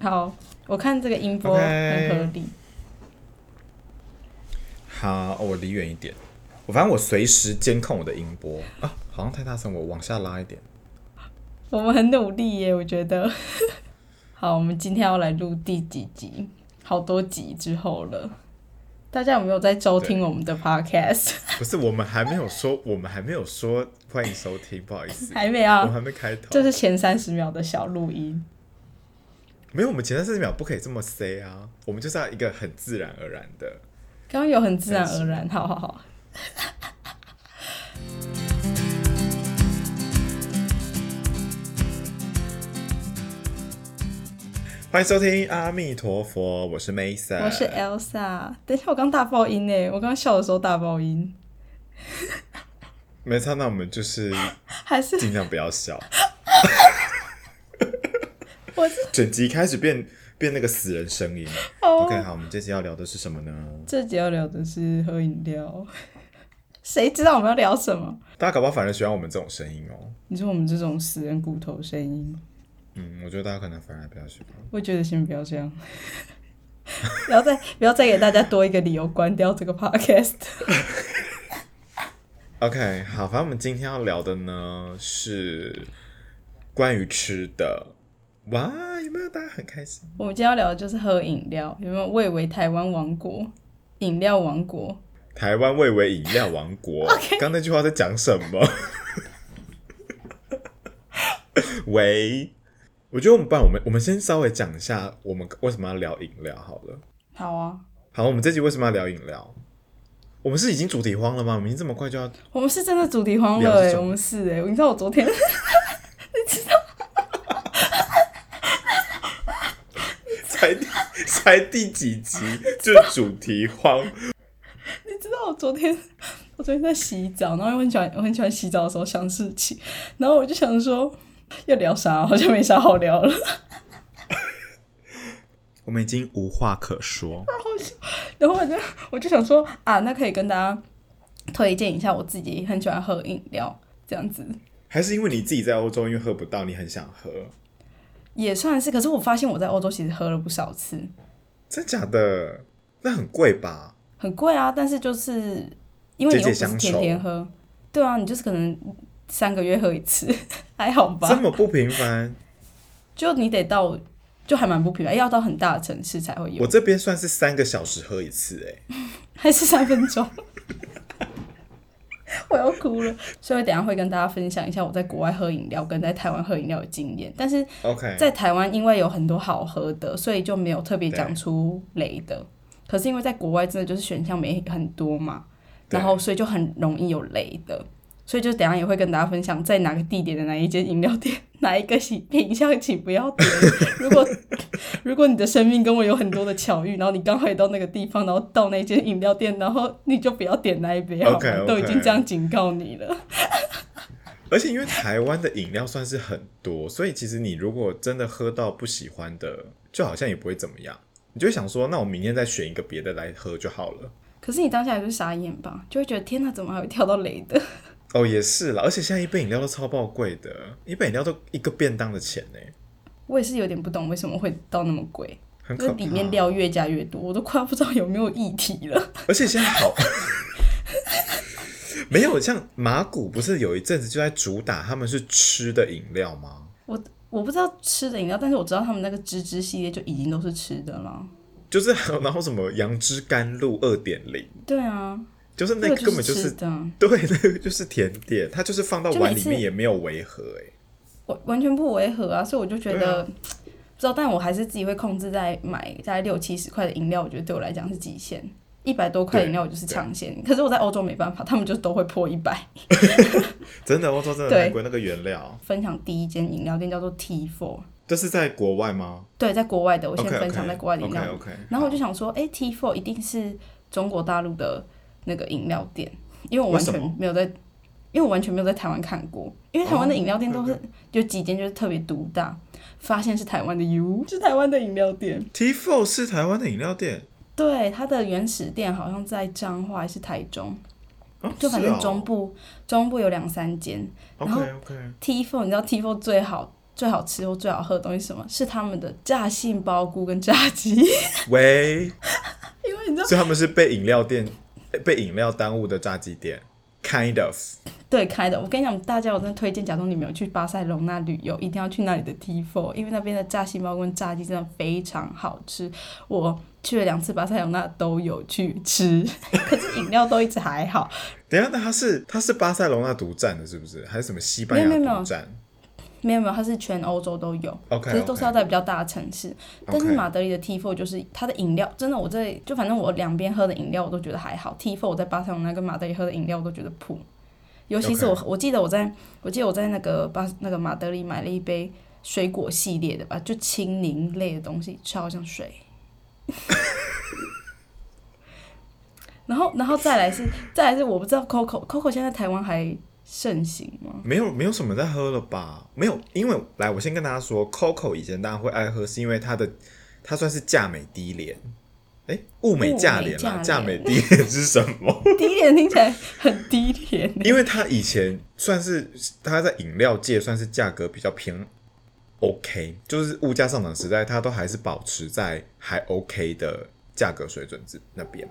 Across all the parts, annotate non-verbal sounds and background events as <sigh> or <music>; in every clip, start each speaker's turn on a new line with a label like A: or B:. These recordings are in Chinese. A: 好，我看这个音波
B: OK
A: 很合理。
B: 好，哦我离远一点。我反正我随时监控我的音波啊，好像太大声，我往下拉一点。
A: 我们很努力耶，我觉得。 <laughs> 好，我们今天要来录第几集？好多集之后了。大家有没有在收听我们的
B: <laughs>
A: podcast？
B: 不是，我们还没有说，我们还没有说欢迎收听，不好意思，
A: 还没
B: 我们
A: 啊，
B: 还没开头。
A: 这是前三十秒的小录音。
B: 没有，我们前三四十秒不可以这么 say 啊，我们就是要一个很自然而然的。
A: 刚刚有很自然而然，好好好。
B: 欢迎收听阿弥陀佛，我是 Mason，
A: 我是 Elsa，等一下我刚大爆音哎，我刚笑的时候大爆音， <laughs>
B: 没差，那我们就是
A: 还是
B: 尽量不要笑。
A: 我是
B: 整集开始变变那个死人声音。
A: 哦。
B: OK，好，我们这集要聊的是什么呢？
A: 这集要聊的是喝饮料， <laughs> 谁知道我们要聊什么？
B: 大家搞不好反而喜欢我们这种声音哦。
A: 你说我们这种死人骨头声音，
B: 嗯，我觉得大家可能反而比较喜欢。
A: 我觉得先不要这样， <laughs> 不要再不要再给大家多一个理由关掉这个 podcast。
B: OK，好，反正我们今天要聊的呢是关于吃的。哇，有没有大家很开心？
A: 我们今天要聊的就是喝饮料，有没有蔚为台湾王国？饮料王国，
B: 台湾蔚为饮料王国。刚那句话在讲什么？ <laughs> 喂，我觉得我们不然我们我们先稍微讲一下我们为什么要聊饮料好了。
A: 好啊，
B: 好，我们这集为什么要聊饮料？我们是已经主题荒了吗？我们已经这么快就要 <laughs>
A: 我们是真的主题荒
B: 聊
A: 了哎、
B: 是什么
A: 我们是哎、你知道我昨天，你知道，
B: 才第才第几集就主题荒？
A: 你知道我昨天，我昨天在洗澡，然后我很喜欢，我很喜欢洗澡的时候想事情，然后我就想说要聊啥，好像没啥好聊了。
B: 我们已经无话可说。
A: 然后我就我就想说啊，那可以跟大家推荐一下，我自己很喜欢喝饮料，这样子
B: 还是因为你自己在欧洲，因为喝不到，你很想喝？
A: 也算是。可是我发现我在欧洲其实喝了不少次，
B: 真假的？那很贵吧？
A: 很贵啊，但是就是因为你又不
B: 借
A: 是
B: 借相
A: 天
B: 酬
A: 天喝，对啊，你就是可能三个月喝一次，还好吧？
B: 这么不平凡？
A: 就你得到，就还蛮不平凡，哎要到很大的城市才会有
B: 我，这边算是三个小时喝一次、哎，
A: 还是三分钟。 <laughs> 我要哭了，所以我等一下会跟大家分享一下我在国外喝饮料跟在台湾喝饮料的经验。但是
B: OK，
A: 在台湾因为有很多好喝的，所以就没有特别讲出雷的。可是因为在国外真的就是选项没很多嘛，
B: 对
A: 然后所以就很容易有雷的。所以就等一下也会跟大家分享在哪个地点的哪一间饮料店， <laughs> 哪一个喜品相请不要点。如
B: <laughs>
A: 果如果你的生命跟我有很多的巧遇，然后你刚好也到那个地方，然后到那间饮料店，然后你就不要点那一杯好吗
B: OK，OK
A: 都已经这样警告你了。
B: 而且因为台湾的饮料算是很多，所以其实你如果真的喝到不喜欢的，就好像也不会怎么样。你就会想说，那我明天再选一个别的来喝就好了。
A: 可是你当下还是傻眼吧，就会觉得天哪，怎么还会跳到雷的？
B: 哦，也是啦，而且现在一杯饮料都超爆贵的，一杯饮料都一个便当的钱欸呢、
A: 我也是有点不懂为什么会到那么贵，
B: 很
A: 就是
B: 可怕。
A: 里面料越加越多，我都快要不知道有没有议题了。 <laughs>
B: 而且现在好， <laughs> 没有像马古不是有一阵子就在主打他们是吃的饮料吗？
A: 我我不知道吃的饮料，但是我知道他们那个芝芝系列就已经都是吃的了。
B: 就是然后什么杨枝甘露二点零，
A: 对啊，
B: 就是那
A: 这
B: 个
A: 个
B: 根本就是是
A: 吃的啊，
B: 对，那个就是甜点，它就是放到
A: 就
B: 碗
A: 每
B: 里
A: 次
B: 面也没有违和哎、
A: 完完全不违和啊，所以我就觉
B: 对
A: 得、不知道，但我还是自己会控制在买大概六七十块的饮料，我觉得对我来讲是极限。一百多块的饮料我就是尝鲜，可是我在欧洲没办法，他们就都会破一百。
B: 真的，欧洲真的
A: 对
B: 很贵，那个原料，
A: 分享第一间饮料店叫做 T Four，
B: 这是在国外吗？
A: 对，在国外的，我先
B: OK，OK，
A: 分享在国外的饮料
B: OK OK，
A: 然后我就想说，哎、t Four 一定是中国大陆的那个饮料店，因为我完全
B: 为什么
A: 没有在，因为我完全没有在台湾看过，因为台湾的饮料店都是、
B: 哦
A: 有几间就是特别独大，发现是台湾的 U，是 <laughs> 台湾的饮料店。
B: T Four 是台湾的饮料店，
A: 对，它的原始店好像在彰化还是台中，
B: 哦、
A: 就反正中
B: 部。
A: 部、中部有两三间。然后
B: OK OK，
A: T Four 你知道 T Four 最好最好吃或最好喝的东西是什么？是他们的炸杏鲍菇跟炸鸡，
B: 喂，
A: 因为你知道，
B: 所以他们是被饮料店被饮料耽误的炸鸡店，kind of。
A: 对，开的。我跟你讲，大家我真的推荐，假如你没有去巴塞隆那旅游，一定要去那里的 T Four，因为那边的炸杏鲍菇跟炸鸡真的非常好吃。我去了两次巴塞隆那都有去吃， <laughs> 可是饮料都一直还好。
B: 等一下，那他是他是巴塞隆那独占的，是不是？还是什么西班
A: 没有没
B: 牙
A: 有
B: 独占
A: 没有没有，它是全欧洲都有，
B: ？OK，
A: 可是都是要
B: OK
A: 在比较大的城市。但是
B: OK
A: 马德里的 T Four 就是它的饮料，真的我这就反正我两边喝的饮料我都觉得还好。T Four 我在巴塞罗那跟马德里喝的饮料我都觉得普，尤其是我我记得我在我记得我在那个巴那个马德里买了一杯水果系列的吧，就青柠类的东西，超像水。 <laughs> 然后，然后再来是，再来是，我不知道 Coco Coco 现在台湾还盛行吗？
B: 没有没有什么在喝了吧？没有，因为来，我先跟大家说，Coco 以前大家会爱喝，是因为它的它算是价美低廉，哎，物美价
A: 物美
B: 廉啦，价
A: 价
B: 美
A: 廉
B: 低廉是什么？
A: 低廉听起来很低廉欸，
B: 因为它以前算是它在饮料界算是价格比较偏 OK，就是物价上涨时代，它都还是保持在还 OK 的价格水准之那边。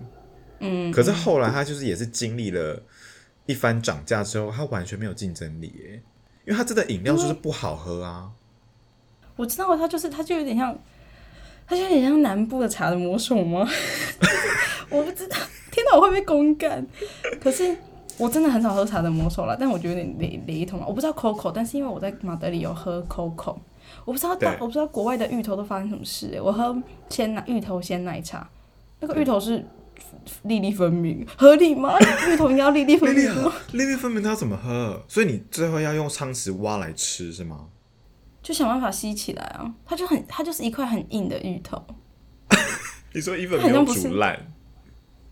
A: 嗯，
B: 可是后来它就是也是经历了一番涨价之后，它完全没有竞争力耶，因为它真的饮料就是不好喝啊。
A: 我知道它就是它就有点像，它就有点像南部的茶的魔手吗？ <laughs> 我不知道，天哪，我会被公干。可是我真的很少喝茶的魔手了，但我觉得有点雷雷同啊。我不知道 Coco，但是因为我在马德里有喝 Coco，我不知道大
B: 对
A: 我不知道国外的芋头都发生什么事、欸。我喝鲜奶芋头鲜奶茶，那个芋头是粒粒分明，合理吗？ <laughs> 芋头应该要粒粒
B: 粒
A: 分
B: 粒啊
A: 明吗
B: 很？粒粒分明，它要怎么喝？所以你最后要用汤匙挖来吃是吗？
A: 就想办法吸起来啊！它就很，它就是一块很硬的芋头，
B: 你说一粉
A: 好
B: 没有
A: 像不是
B: 煮烂，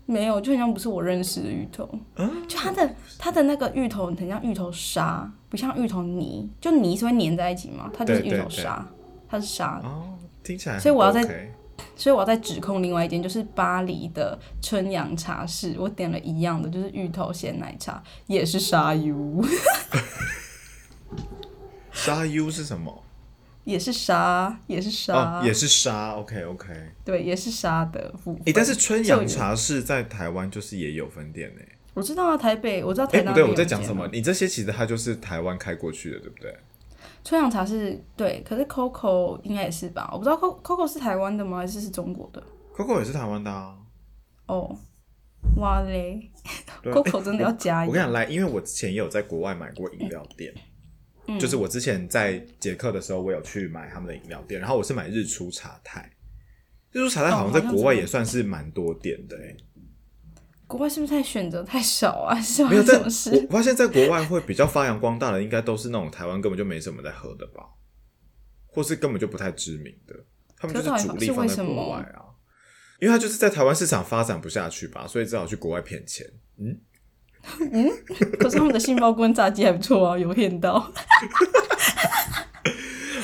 A: 没有，就很像不是我认识的芋头。
B: 嗯，
A: 就它的它的那个芋头很像芋头沙，不像芋头泥，就泥是会粘在一起嘛，它就是
B: 对
A: 芋
B: 对
A: 头沙，它是沙。
B: 哦，听起来很
A: 所以我要
B: OK
A: 所以我要再指控另外一间，就是巴黎的春阳茶室，我点了一样的，就是芋头鲜奶茶，也是沙油， <laughs>
B: 沙 U 是什么？
A: 也是沙，也是沙，
B: 哦，也是沙。OK OK。哎、
A: 啊对，也是沙的部分。
B: 但是春阳茶室在台湾就是也有分店呢、
A: 我知道啊，台北，我知道
B: 哎、
A: 台南、
B: 不对，我在讲什
A: 啊
B: 么？？你这些其实它就是台湾开过去的，对不对？
A: 春阳茶是对，可是 Coco 应该也是吧？我不知道 Co- Coco 是台湾的吗？还是是中国的？
B: Coco 也是台湾的啊。
A: 哦，哇嘞
B: 对啊
A: ，Coco 真的要加
B: 我
A: 一
B: 跟你讲，来，因为我之前也有在国外买过饮料店，
A: 嗯
B: 就是我之前在捷克的时候，我有去买他们的饮料店，然后我是买日出茶太，日出茶太
A: 哦
B: 好像在
A: 好像
B: 国外
A: 知道
B: 也算是蛮多店的、欸，
A: 国外是不是太选择太少啊？ <laughs> 是吧
B: 没有？在
A: 什么
B: 我
A: 事？
B: 我发现，在国外会比较发扬光大的，应该都是那种台湾根本就没什么在喝的吧，或是根本就不太知名的，他们就
A: 可是
B: 主力放在
A: 是为什
B: 国
A: 么
B: 外啊，因为他就是在台湾市场发展不下去吧，所以只好去国外骗钱。
A: 可是他们的杏鲍菇跟炸鸡还不错啊，有骗到。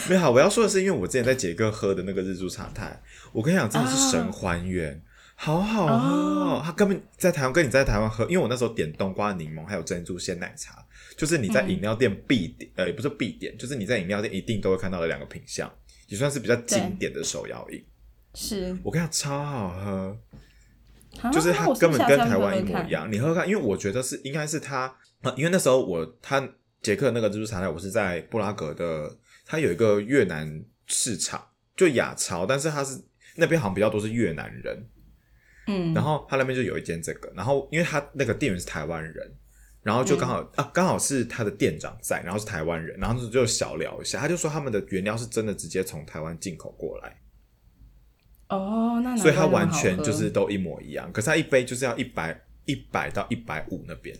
B: 没有，啊我要说的是，因为我之前在杰哥喝的那个日出茶太，我跟你讲，真的是神还原，好好喝哦！它根本在台湾跟你在台湾喝，因为我那时候点冬瓜柠檬还有珍珠鲜奶茶，就是你在饮料店必点，呃，也不是必点，就是你在饮料店一定都会看到的两个品相，也算是比较经典的手摇饮。
A: 是，
B: 我跟你讲，超好喝，
A: 啊
B: 就是
A: 那
B: 它
A: 我是
B: 根
A: 不是
B: 本
A: 下次
B: 跟
A: 要
B: 台湾一
A: 喝喝
B: 模
A: 看
B: 一。样。你喝喝看，因为我觉得是应该是它、呃，因为那时候我它捷克那个珍珠茶奶，我是在布拉格的，它有一个越南市场，就亚超，但是它是那边好像比较多是越南人，
A: 嗯，
B: 然后他那边就有一间这个，然后因为他那个店员是台湾人，然
A: 嗯
B: 后就刚好、啊刚好是他的店长在，然后是台湾人，然后就小聊一下，他就说他们的原料是真的直接从台湾进口过来。
A: 哦，那难怪
B: 所以它
A: 那么
B: 完
A: 好
B: 全
A: 喝
B: 就是都一模一样。可是它一杯就是要一百一百到一百五那边，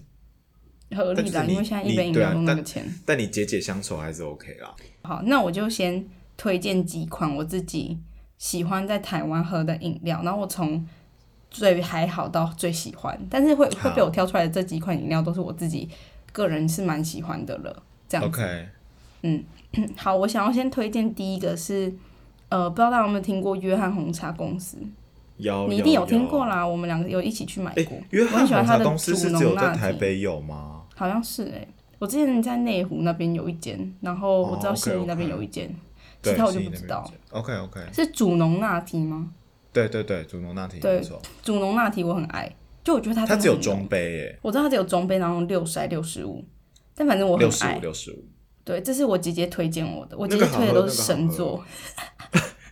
A: 合理的，
B: 但是你
A: 因为现在
B: 你
A: 一杯饮
B: 对
A: 料
B: 啊
A: 都那个
B: 但
A: 钱。
B: 但你解解乡愁还是 OK 啦。
A: 好，那我就先推荐几款我自己喜欢在台湾喝的饮料，然后我从最还好到最喜欢，但是会
B: 好
A: 会被我挑出来的这几款饮料都是我自己个人是蛮喜欢的了。这样
B: OK，
A: 好，我想要先推荐第一个是，呃，不知道大家有没有听过约翰红茶公司？
B: 有
A: 你一定
B: 哦有
A: 有听过。啦，我们两个有一起去买
B: 哎
A: 过。，
B: 约
A: 我
B: 翰
A: 很喜欢
B: 红
A: 它
B: 茶
A: 的
B: 公司
A: 主
B: 是只有
A: 浓
B: 在
A: 拿
B: 台
A: 铁，
B: 北有吗？
A: 好像是哎、我之前在内湖那边有一间，然后我知道
B: 哦，OK，
A: 信义那边
B: OK
A: 有一间，
B: 对，
A: 其他我就
B: 悉尼
A: 不
B: 那
A: 知
B: 边
A: 道。
B: 有见。OK OK，
A: 是主农纳提吗？
B: 对对对，主农那挺
A: 对
B: 不错，
A: 主农纳提我很爱，就我觉得它
B: 它
A: 它
B: 只有中，杯耶，
A: 我知道它只有中杯，然后六十还六十五，但反正我很
B: 六十
A: 爱
B: 五。六十五。
A: 对，这是我姐姐推荐我的，我姐
B: 那
A: 姐
B: 个好
A: 推的
B: 喝
A: 都是
B: 那个好
A: 神
B: 喝
A: 作。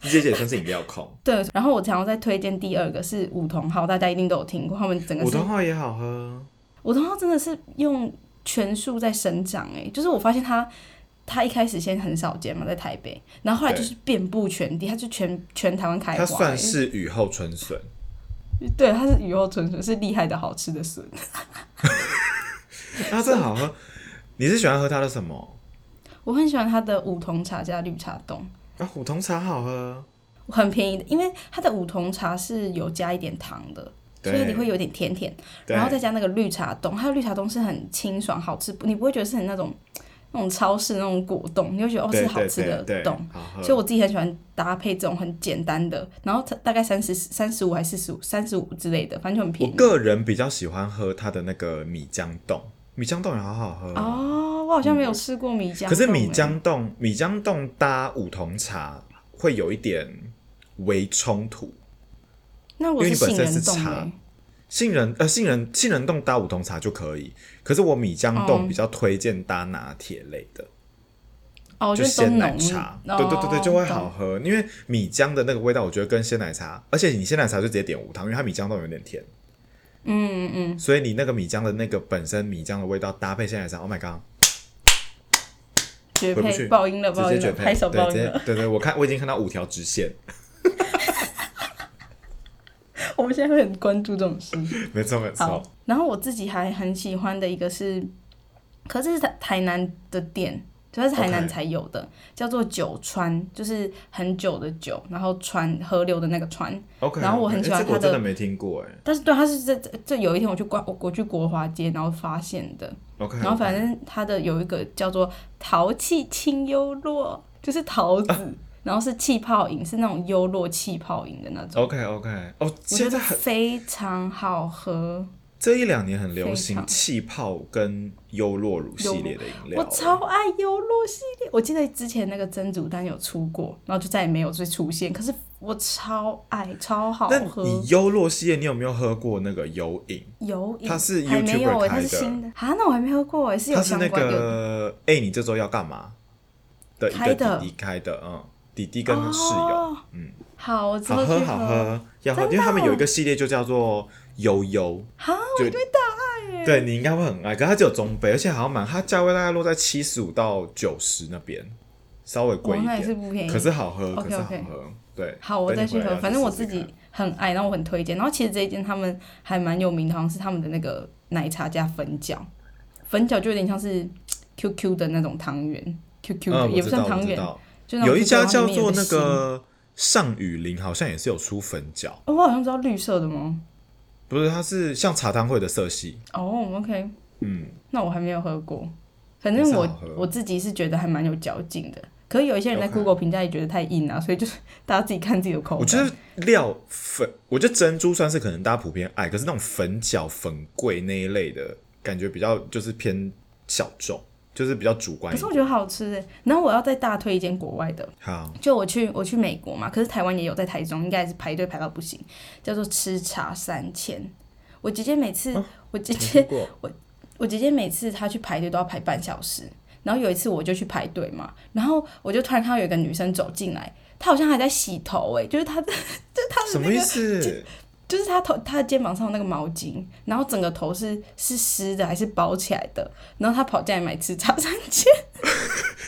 B: 你姐姐真是饮料控，
A: 对，然后我想要再推荐第二个是梧桐号，大家一定都有听过，他们整个
B: 五
A: 是
B: 桐号也好喝，
A: 梧桐号真的是用全数在生长哎、就是我发现它。它一开始先很少见嘛，在台北，然后后来就是遍布全地，它就全全台湾开花、
B: 它
A: 欸。
B: 算是雨后春笋。
A: 对，它是雨后春笋，是厉害的好吃的笋。
B: 它真的好喝。 <laughs> 你是喜欢喝它的什么？
A: 我很喜欢它的梧桐茶加绿茶冻，
B: 啊，虎桐茶好喝。
A: 很便宜的，因为它的梧桐茶是有加一点糖的，所以
B: 对
A: 你会有点甜甜，
B: 对
A: 然后再加那个绿茶冻，它的绿茶冻是很清爽好吃，你不会觉得是很那种那种超市那种果冻，你会觉得哦
B: 对
A: 是好吃
B: 对
A: 的
B: 对对
A: 冻。
B: 好喝。
A: 所以我自己很喜欢搭配这种很简单的，然后它大概三十三十五还是四十五三十五之类的，反正就很便
B: 我
A: 宜。
B: 个人比较喜欢喝它的那个米浆冻，米浆冻也好好喝。
A: 哦，我好像没有吃过米浆冻欸，
B: 可是米浆冻，米浆冻搭五桐茶会有一点微冲突。
A: 那我
B: 因为
A: 是
B: 你
A: 杏
B: 本身是
A: 仁冻
B: 茶
A: 欸
B: 杏仁呃，杏仁杏仁冻搭五桐茶就可以，可是我米浆冻比较推荐搭拿铁类的。
A: 哦，
B: 就是
A: 都
B: 鲜奶
A: 浓
B: 茶，
A: 哦
B: 对对对对，就会好
A: 懂
B: 喝，因为米浆的那个味道，我觉得跟鲜奶茶，而且你鲜奶茶就直接点无糖，因为它米浆都有点甜，
A: 嗯嗯嗯。
B: 所以你那个米浆的那个本身米浆的味道搭配鲜奶茶，Oh my god，
A: 绝
B: 回不
A: 配
B: 去
A: 爆音了，爆
B: 直
A: 音
B: 接绝
A: 了，
B: 配，
A: 拍手
B: 对，
A: 爆
B: 直
A: 音
B: 接
A: 了。
B: 对对，我看我已经看到五条直线，
A: <laughs> 我们现在会很关注这种事。
B: 没错没
A: 好
B: 错，，
A: 然后我自己还很喜欢的一个是，可是是台台南的店，主要是台南
B: OK
A: 才有的叫做九川，就是很久的久，然后川河流的那个川。
B: ，OK，
A: 然后我很喜欢
B: 哎这个我
A: 它的
B: 真的没听过哎
A: 但是对，它是这这这有一天我去逛我我去国华街，然后发现的。
B: ，OK，
A: 然后反正它的有一个叫做淘气清幽洛，就是桃子，
B: 啊
A: 然后是气泡饮，是那种优洛气泡饮的那种。
B: OK OK，哦，
A: 我觉
B: 现
A: 得
B: 在很
A: 非常好喝，
B: 这一两年很流
A: 非
B: 行
A: 常
B: 气泡跟优酪乳系列的饮料，
A: 我超爱优酪系列。我记得之前那个蒸煮蛋有出过，然后就再也没有再出现。可是我超爱，超好
B: 那
A: 喝
B: 你。优酪系列，你有没有喝过那个优饮？
A: 有瘾，
B: 它是
A: 还没有
B: YouTuber
A: 哎、
B: 开
A: 它
B: 的
A: 是新的啊，那我还没喝过哎、是有
B: 它是
A: 相
B: 那
A: 关有
B: 个哎、欸你这周要干嘛的一
A: 开
B: 个
A: 的
B: 弟弟开的，嗯，弟弟跟他室友，
A: 哦
B: 嗯，
A: 好，我之
B: 好
A: 后去
B: 喝好喝，要
A: 真
B: 喝，
A: 的哦
B: 因为他们有一个系列就叫做悠悠，
A: 好，
B: 就对大爱，对你应该会很爱，可是它只有中杯，而且好像蛮，它价位大概落在七十五到九十那边，稍微
A: 我
B: 贵一
A: 哦那也是
B: 点，
A: 不便宜。
B: 可是好喝，可
A: OK，OK
B: 是好喝，对，
A: 好，我
B: 等
A: 再
B: 你
A: 去
B: 回来
A: 喝。
B: 要
A: 反正我
B: 试试
A: 自己
B: 看
A: 很爱，然后我很推荐。然后其实这一间他们还蛮有名的，好像是他们的那个奶茶加粉饺，粉饺就有点像是 QQ 的那种汤圆，QQ 的、
B: 嗯，
A: 也不
B: 我知
A: 算
B: 道，
A: 汤
B: 我知
A: 圆，
B: 道，
A: 就那种
B: 有一
A: QQ
B: 家
A: 然后
B: 叫
A: 里面有
B: 做
A: 一
B: 那
A: 心、
B: 个上雨林，好像也是有出粉饺，
A: 哦，我好像知道绿色的吗？
B: 不是，它是像茶汤会的色系，
A: 哦，OK，
B: 嗯。
A: 那我还没有喝过。反
B: 也
A: 正
B: 是
A: 我
B: 好喝
A: 我自己是觉得还蛮有嚼劲的，可是有一些人在
B: OK
A: Google 评价也觉得太硬啊，所以就是 <laughs> 大家自己看自己的口感。
B: 我觉得料粉，我觉得珍珠算是可能大家普遍爱，可是那种粉饺、粉桂那一类的感觉比较就是偏小众，就是比较主观
A: 可
B: 一
A: 是
B: 点。
A: 我觉得好吃诶。然后我要再大推一间国外的，
B: 好，
A: 就我去我去美国嘛，可是台湾也有，在台中应该也是排队排到不行，叫做吃茶三千。我姐姐每次，
B: 哦
A: 我姐
B: 没
A: 姐
B: 听过
A: 我姐姐每次她去排队都要排半小时，然后有一次我就去排队嘛，然后我就突然看到有一个女生走进来，她好像还在洗头诶、就是她的， <laughs> 就是她的
B: 什
A: 那
B: 么意
A: 个，
B: 思？
A: 就是她头她的肩膀上有那个毛巾，然后整个头是是湿的还是包起来的，然后她跑进来买吃茶三千。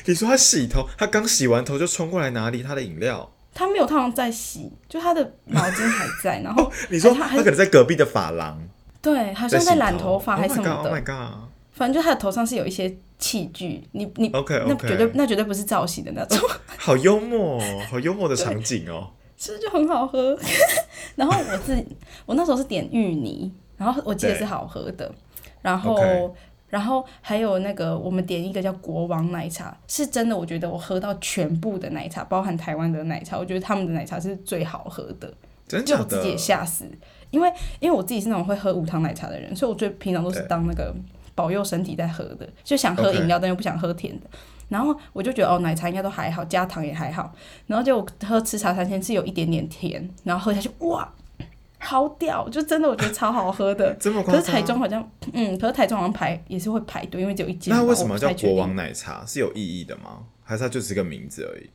B: 你说他洗头，他刚洗完头就冲过来拿离他的饮料。
A: <laughs> 她没有，她好像在洗，就她的毛巾还在，然后
B: <laughs> 你说
A: 还
B: 他
A: 哎还
B: 可能在隔壁的发廊，
A: 对，好像在
B: 洗
A: 染头发还是什
B: Oh
A: 么
B: my god！Oh
A: 的
B: my god！
A: 反正就他的头上是有一些器具，你你
B: OK，
A: 那
B: OK
A: 绝对那绝对不是造型的那种，
B: 好幽默哦，好幽默的场景哦。
A: 是不是就很好喝？ <laughs> 然后我自己我那时候是点芋泥，然后我记得是
B: 对
A: 好喝的，然后
B: OK
A: 然后还有那个我们点一个叫国王奶茶，是真的，我觉得我喝到全部的奶茶，包含台湾的奶茶，我觉得他们的奶茶是最好喝的。
B: 真
A: 就
B: 假
A: 我自己也
B: 的？
A: 吓死，因为因为我自己是那种会喝无糖奶茶的人，所以我觉得平常都是
B: 对
A: 当那个保佑身体在喝的，就想喝
B: OK。
A: 饮料但又不想喝甜的。然后我就觉得哦，奶茶应该都还好，加糖也还好。然后就我喝吃茶三鲜是有一点点甜，然后喝下去哇，好屌！就真的我觉得超好喝的
B: 这么夸
A: 可
B: 张？
A: 是台中好像，嗯，可是台中好像排也是会排队，因为只有一间吧。
B: 那它为什么
A: 我不
B: 叫
A: 太确定
B: 国王奶茶？是有意义的吗？还是它就只是个名字而已？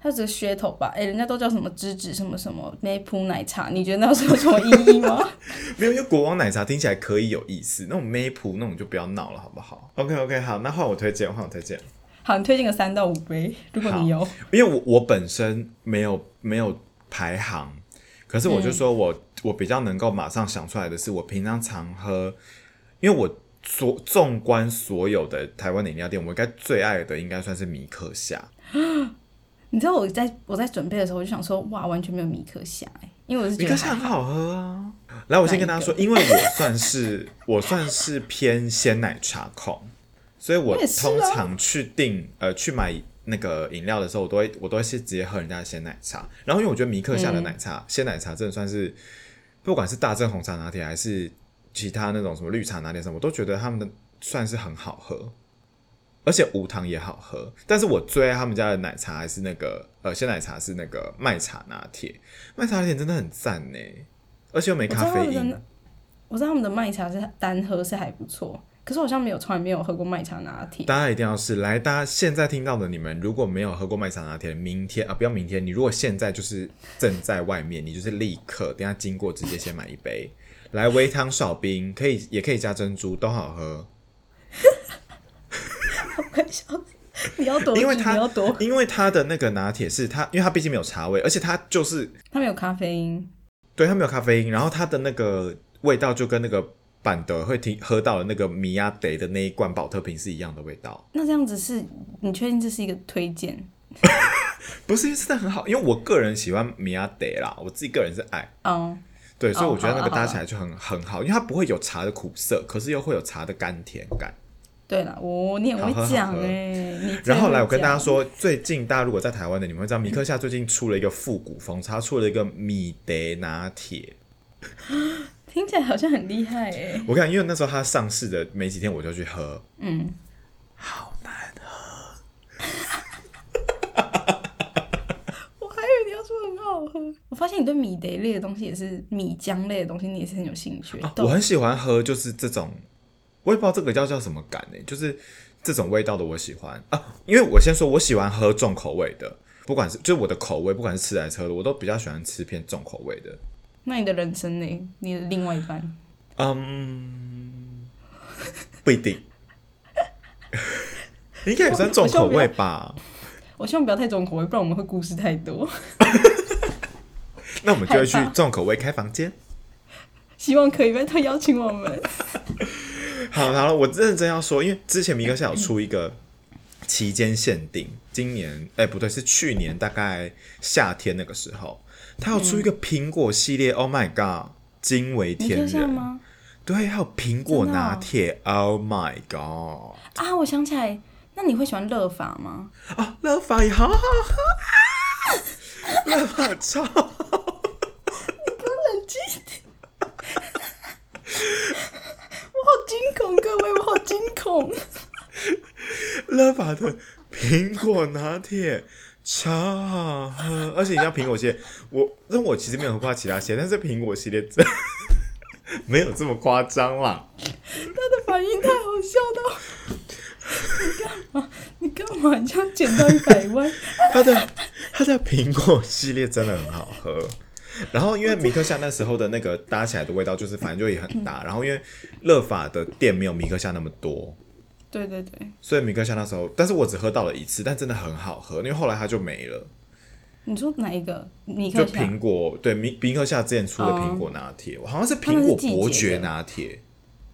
A: 它只是噱头吧？哎、人家都叫什么芝芝什么什么梅普奶茶，你觉得那是有什么意义吗？
B: 没有，因为国王奶茶听起来可以有意思，那种 maple 那种就不要闹了，好不好？OK OK，好，那换我推荐，换我推荐，
A: 好，你推荐个三到五杯，如果你有，
B: 因为我我本身没有没有排行，可是我就说我、我比较能够马上想出来的是，我平常常喝，因为我所纵观所有的台湾的饮料店，我应该最爱的应该算是米克夏，
A: 你知道我在我在准备的时候，我就想说，哇，完全没有米克夏、哎，因为我是觉
B: 米克
A: 得
B: 夏
A: 还
B: 很
A: 好，
B: 好喝啊。来，我先跟大家说，因为我算是我算是偏鲜奶茶控，所以我
A: 我也是啊
B: 通常去订呃去买那个饮料的时候，我都会我都会是直接喝人家的鲜奶茶。然后因为我觉得米克夏
A: 嗯
B: 的奶茶鲜、奶茶真的算是，不管是大正红茶拿铁还是其他那种什么绿茶拿铁什么，我都觉得他们的算是很好喝。而且无糖也好喝，但是我最爱他们家的奶茶还是那个呃鲜奶茶是那个麦茶拿铁，麦茶拿铁真的很赞呢，而且又没
A: 我知
B: 咖
A: 道他
B: 啡
A: 们
B: 因
A: 的，，我知道他们的麦茶是单喝是还不错，可是我好像没有从来没有喝过麦茶拿铁。
B: 大家一定要试。来，大家现在听到的你们，如果没有喝过麦茶拿铁，明天啊不要明天，你如果现在就是正在外面，你就是立刻等一下经过直接先买一杯，来微糖少冰，可以也可以加珍珠，都好喝。
A: 你要多，
B: 因为
A: 你要
B: 它
A: 多，
B: 因为它的那个拿铁是它，因为它毕竟没有茶味，而且它就是
A: 它没有咖啡因，
B: 对，它没有咖啡因，然后它的那个味道就跟那个板德会听喝到的那个米亚德的那一罐保特瓶是一样的味道。
A: 那这样子是你确定这是一个推荐
B: 不是，真的很好，因为我个人喜欢米亚德啦，我自己个人是爱。
A: 哦？
B: 对，所以
A: 哦
B: 我觉得那
A: 好
B: 个
A: 了
B: 搭
A: 好
B: 起来就很很好，因为它不会有茶的苦涩，可是又会有茶的甘甜感。
A: 对了，我你很
B: 好喝
A: 会
B: 好
A: 讲
B: 喝
A: 哎、你最
B: 然后来，
A: 会
B: 我跟大
A: 讲
B: 家说，最近大家如果在台湾的，你们会知道，米克夏最近出了一个复古风潮，它出了一个米德拿铁。
A: 听起来好像很厉害哎、
B: 我看，因为那时候它上市的没几天，我就去喝，
A: 嗯，好难喝。我还以为你要说很好喝。我发现你对米德类的东西也是米浆类的东西，你也是很有兴趣。
B: 啊
A: 豆
B: 我很喜欢喝，就是这种，我也不知道这个叫叫什么感呢、就是这种味道的我喜欢啊。因为我先说，我喜欢喝重口味的，不管是就是我的口味，不管是吃还是喝的，我都比较喜欢吃偏重口味的。
A: 那你的人生呢？你的另外一半，
B: 嗯，不一
A: <laughs>
B: 定，应该也算重口味吧。
A: 我希望不要太重口味，不然我们会故事太多。 <laughs>
B: 那我们就会去
A: 害怕
B: 重口味开房间。
A: 希望可以拜托邀请我们。
B: 好了好了，我认真要说，因为之前米克夏有出一个期间限定，今年哎、不对，是去年大概夏天那个时候，他有出一个苹果系列、o h my god，惊为
A: 你
B: 天
A: 特像
B: 人。
A: 吗？
B: 对，还有苹果
A: 真的哦
B: 拿铁、o h my god。
A: 啊，我想起来，那你会喜欢乐法吗？
B: 啊，乐法也好好喝啊，乐法超好喝。
A: 我好惊恐，各位，我好惊恐。 <laughs>
B: 乐法的苹果拿铁超好喝，而且你知道苹果系列，我那我其实没有喝过其他系列，但是苹果系列真 <laughs> 没有这么夸张啦。
A: 他的反应太好笑到，你干嘛？你干嘛？你这样捡到一百万？ <laughs>
B: 它的它的苹果系列真的很好喝。然后，因为米克夏那时候的那个搭起来的味道，就是反正就也很搭。然后，因为乐法的店没有米克夏那么多，
A: 对对对，
B: 所以米克夏那时候，但是我只喝到了一次，但真的很好喝，因为后来它就没了。
A: 你说哪一个？你
B: 就
A: 看一下，嗯
B: 苹果对米米克夏之前出的苹果拿铁，好像是苹果伯爵拿铁，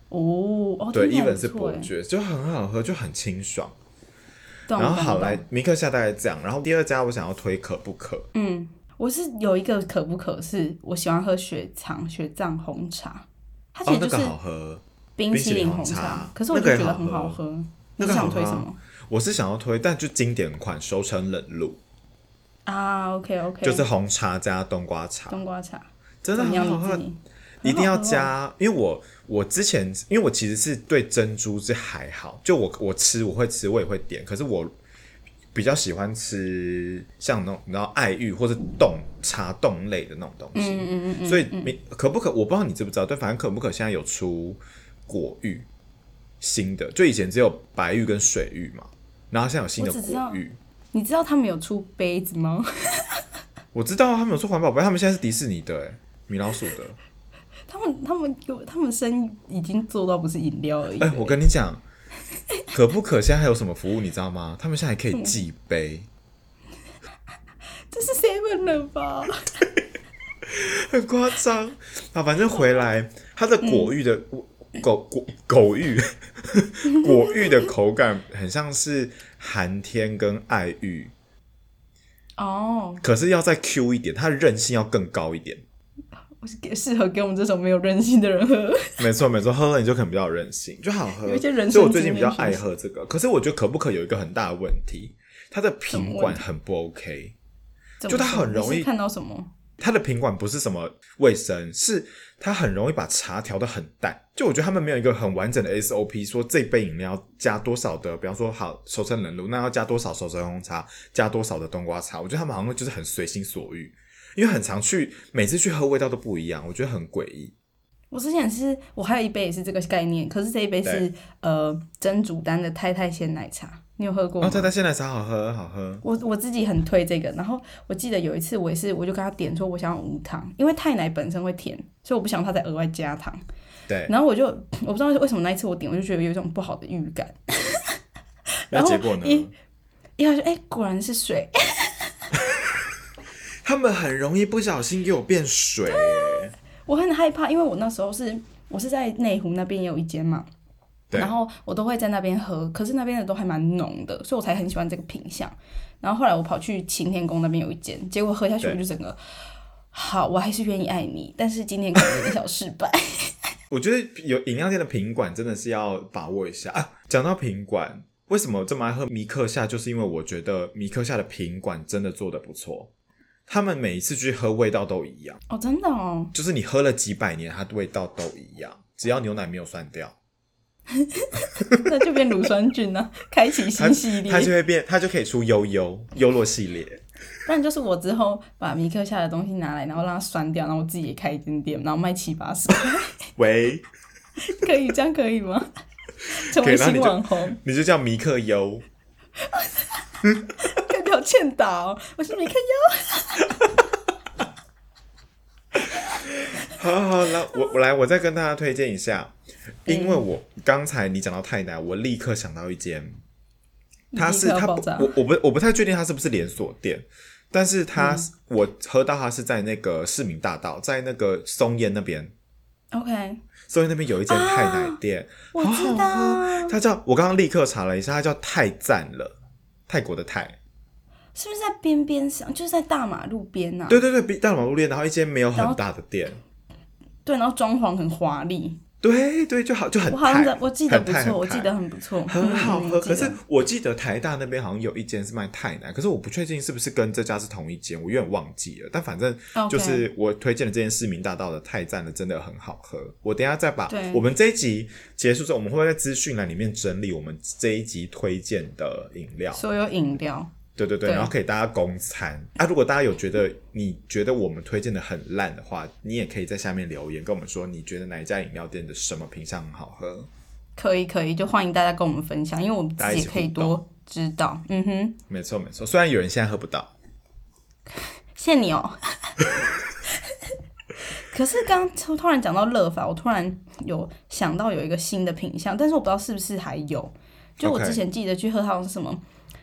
A: 哦哦，
B: 对
A: 听起来
B: ，even
A: 不
B: 是
A: 错
B: 伯
A: 哎
B: 爵，就很好喝，就很清爽。
A: 懂
B: 然后好，
A: 懂
B: 来
A: 懂
B: 米克夏大概这样，然后第二家我想要推可不可，
A: 嗯，我是有一个可不可是，我喜欢喝雪藏雪藏红茶，它其
B: 哦
A: 实
B: 那
A: 就是
B: 个好喝，
A: 冰淇淋
B: 冰淇淋红
A: 茶
B: 茶，
A: 可是我就
B: 那个也
A: 觉得很
B: 好
A: 好
B: 喝
A: 喝。你
B: 那个好
A: 想
B: 喝
A: 推
B: 啊
A: 什么
B: 我是想要推，但就经典款熟成冷露，
A: 啊？OK OK，
B: 就是红茶加冬瓜茶，
A: 冬瓜茶，
B: 真的
A: 怎么
B: 很
A: 样
B: 好
A: 你
B: 喝
A: 自。己？
B: 一定要加，啊因为我我之前因为我其实是对珍珠是还好，就我我吃我会吃我也会点，可是我比较喜欢吃像那种你知道爱玉或是冻茶冻类的那种东西，
A: 嗯嗯嗯嗯，
B: 所以没可不可我不知道你知不知道，但反正可不可现在有出果玉新的，就以前只有白玉跟水玉嘛，然后现在有新的
A: 我只知
B: 果
A: 道
B: 玉。
A: 你知道他们有出杯子吗？ <laughs>
B: 我知道啊他们有做环保杯，他们现在是迪士尼的、欸，米老鼠的。
A: 他们他们有他们生意已经做到不是饮料而已了
B: 哎、
A: 耶。
B: 我跟你讲，可不可现在还有什么服务你知道吗？他们现在还可以寄杯，
A: 这是 seven 了吧？
B: 很夸张。啊，反正回来它的果玉的、狗果狗玉 <laughs> 果玉的口感很像是寒天跟爱玉，
A: 哦，
B: 可是要再 Q 一点，它的韧性要更高一点。
A: 我是给适合给我们这种没有韧性的人喝。
B: 没错没错，喝了你就可能比较有韧性，就好喝。
A: 有一些人生
B: 所以我最近比较
A: 经验
B: 爱
A: 是
B: 喝这个。可是我觉得可不可有一个很大的问题，它的品管很不 OK。
A: 怎么
B: 就它
A: 说
B: 很容易
A: 你是看到什么？
B: 它的品管不是什么卫生，是它很容易把茶调的很淡。就我觉得他们没有一个很完整的 SOP，说这杯饮料要加多少的，比方说好熟成冷露，那要加多少熟成红茶，加多少的冬瓜茶。我觉得他们好像就是很随心所欲，因为很常去，每次去喝味道都不一样，我觉得很诡异。
A: 我之前是我还有一杯也是这个概念，可是这一杯是
B: 对
A: 呃真竹丹的太太鲜奶茶，你有喝过
B: 然
A: 吗？
B: 后太太鲜奶茶好喝，好喝。
A: 我我自己很推这个，然后我记得有一次我也是，我就跟他点说我想要无糖，因为太奶本身会甜，所以我不想他再额外加糖。
B: 对，
A: 然后我就我不知道为什么那一次我点，我就觉得有一种不好的预感，
B: 那
A: 然后
B: 结果呢？
A: 一因为我就哎、果然是水，
B: 他们很容易不小心给我变水、欸，
A: 我很害怕，因为我那时候是我是在内湖那边也有一间嘛，
B: 对
A: 然后我都会在那边喝，可是那边的都还蛮浓的，所以我才很喜欢这个品相。然后后来我跑去晴天宫那边有一间，结果喝下去
B: 对
A: 我就整个，好，我还是愿意爱你，但是今天可能有点小失败。 <laughs>
B: 我觉得有饮料店的品管真的是要把握一下啊。讲到品管，为什么我这么爱喝米克夏，就是因为我觉得米克夏的品管真的做得不错。他们每一次去喝味道都一样，
A: 哦，真的哦，
B: 就是你喝了几百年，它的味道都一样，只要牛奶没有算掉，
A: 那就变乳酸菌呢、开启
B: 它
A: 新系列
B: 它。就会变，它就可以出悠悠优洛系列。
A: 不然就是我之后把米克夏的东西拿来，然后让它酸掉，然后我自己也开一间店，然后卖七八十，
B: 喂，
A: 可以这样可以吗？ <laughs> 成
B: 可以
A: 为
B: 然后
A: 新
B: 你就
A: 网红。
B: 你就叫米克优，
A: 感觉好欠打哦！我是米克优，
B: 好好，来我我来，我再跟大家推荐一下，
A: 嗯
B: 因为我刚才你讲到泰奶，我立刻想到一间，它是
A: 立刻
B: 它
A: 爆
B: 不
A: 炸
B: 我我不我不太确定它是不是连锁店，但是它、
A: 嗯
B: 我喝到它是在那个市民大道，在那个松烟那边，
A: OK，
B: 松烟那边有一间泰奶店，
A: 啊我知
B: 好好喝，
A: 道，
B: 它叫我刚刚立刻查了一下，它叫泰赞了，泰国的泰，
A: 啊是不是在边边上，就是在大马路边呐、啊？
B: 对对对，比大马路店，然后一间没有很大的店，
A: 对，然后装潢很华丽，
B: 对对，就好就很
A: 我好像
B: 泰
A: 在，我记得
B: 很
A: 不
B: 泰
A: 错，
B: 很
A: 我
B: 泰
A: 记得很不错，
B: 很好
A: 嗯
B: 喝。
A: 我记
B: 可
A: 得
B: 是我记得台大那边好像有一间是卖泰奶，可是我不确定是不是跟这家是同一间，我有点忘记了。但反正
A: OK
B: 就是我推荐的这间市民大道的泰赞的真的很好喝。我等一下再把
A: 对
B: 我们这一集结束之后，我们会不会在资讯栏里面整理我们这一集推荐的饮料？
A: 所有饮料，
B: 对对对，
A: 对
B: 然后可以大家公餐啊。如果大家有觉得你觉得我们推荐的很烂的话，你也可以在下面留言跟我们说，你觉得哪一家饮料店的什么品相很好喝？
A: 可以可以，就欢迎大家跟我们分享，因为我们自
B: 大家一
A: 己
B: 起
A: 也可以
B: 互动
A: 多知道。嗯哼，
B: 没错没错，虽然有人现在喝不到。
A: 谢谢你哦。 <laughs> 可是刚突突然讲到乐法，我突然有想到有一个新的品相，但是我不知道是不是还有。就我
B: OK
A: 之前记得去喝，它好像是什么，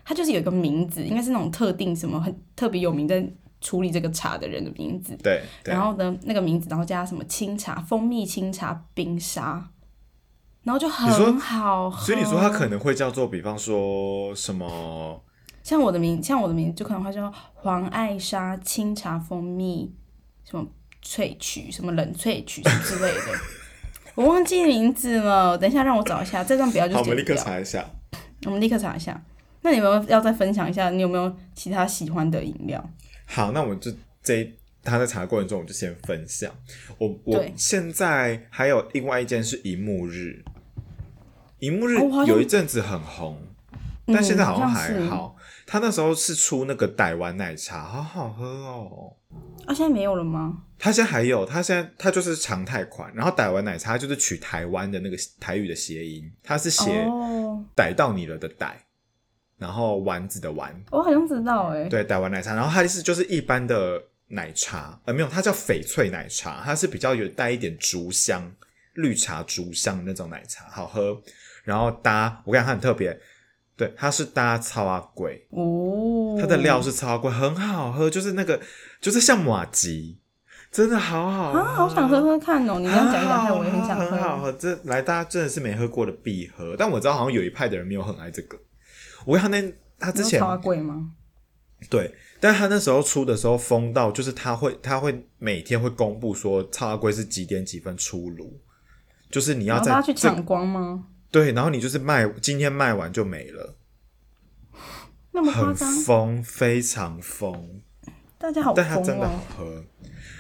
A: 它就是有一个名字，应该是那种特定什么很特别有名在处理这个茶的人的名字。
B: 对，对
A: 然后呢，那个名字，然后加什么清茶、蜂蜜清茶、冰沙，然后就
B: 你说
A: 很好喝。
B: 所以你说它可能会叫做，比方说什么？
A: 像我的名，像我的名就可能会叫黄艾莎清茶蜂蜜什么萃取，什么冷萃取什么之类的，我忘记名字了。等一下让我找一下，这段不要就
B: 好，我
A: 剪
B: 们立刻
A: 掉，
B: 查一下。
A: 我们立刻查一下。那你们要再分享一下，你有没有其他喜欢的饮料？
B: 好，那我们就这一他在查过程中，我就先分享。我我
A: 对
B: 现在还有另外一件是荧幕日，荧幕日
A: 哦我好像嗯
B: 有一阵子很红，但现在好像还好。他那时候是出那个傣湾奶茶，好好喝哦。
A: 啊，现在没有了吗？
B: 他现在还有，他现在他就是常态款，然后傣湾奶茶就是取台湾的那个台语的谐音，他是写
A: 哦，
B: 逮到你了的逮，然后丸子的丸，
A: 我好像知道哎、欸。
B: 对，傣湾奶茶，然后它是就是一般的奶茶，呃，没有，它叫翡翠奶茶，它是比较有带一点竹香、绿茶竹香的那种奶茶，好喝。然后搭，我跟你讲，它很特别，对，它是搭草啊龟，
A: 哦，
B: 它的料是草啊龟，很好喝，就是那个就是像马吉，真的好好喝
A: 啊，好想喝喝看哦！你这样讲一讲，害
B: 很好
A: 我也很想
B: 啊很好
A: 喝。
B: 喝，这来大家真的是没喝过的必喝。但我知道好像有一派的人没有很爱这个。我跟他那他之前
A: 超贵吗？
B: 对，但他那时候出的时候疯到，就是他会他会每天会公布说超阿龟是几点几分出炉，就是你要
A: 然后
B: 在
A: 他去
B: 这
A: 抢光吗？
B: 对，然后你就是卖今天卖完就没了，
A: 那么夸
B: 很
A: 张，
B: 疯，非常疯，
A: 大家好
B: 但它
A: 疯
B: 真的好
A: 哦！
B: 喝。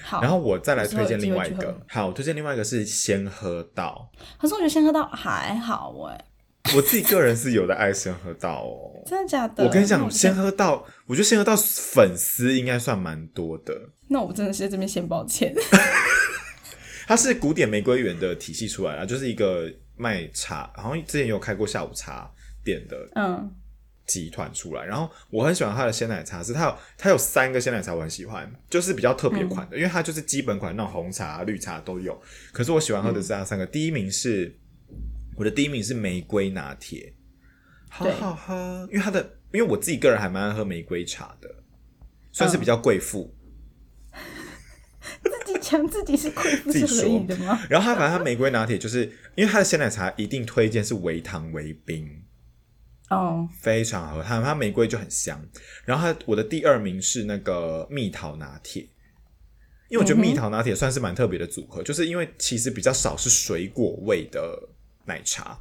A: 好，
B: 然后我再来
A: 之后
B: 推荐
A: 有机
B: 另
A: 会
B: 外一
A: 去
B: 个
A: 喝，
B: 好，我推荐另外一个是先喝到，
A: 可是我觉得先喝到还好哎、
B: 我自己个人是有的爱先喝到哦。
A: 真的假的？
B: 我跟你
A: 那
B: 讲，
A: 不
B: 先喝到，我觉得先喝到粉丝应该算蛮多的。
A: 那我真的是在这边先抱
B: <laughs>
A: 歉。
B: 它是古典玫瑰园的体系出来啦，就是一个卖茶，好像之前有开过下午茶店的
A: 嗯，
B: 集团出来。然后我很喜欢它的鲜奶茶，是它有它有三个鲜奶茶我很喜欢，就是比较特别款的，因为它就是基本款那种红茶、绿茶都有。可是我喜欢喝的是它三个，第一名是我的第一名是玫瑰拿铁，好
A: 对
B: 好喝，因为它的因为我自己个人还蛮爱喝玫瑰茶的，算是比较贵妇。
A: 自己讲自己是贵妇
B: 自己
A: 是
B: 说
A: 可以的吗？
B: 然后它反正它玫瑰拿铁就是因为它的鲜奶茶一定推荐是微糖微冰，
A: 哦，
B: 非常好喝。它它玫瑰就很香。然后它我的第二名是那个蜜桃拿铁，因为我觉得蜜桃拿铁算是蛮特别的组合，就是因为其实比较少是水果味的奶茶，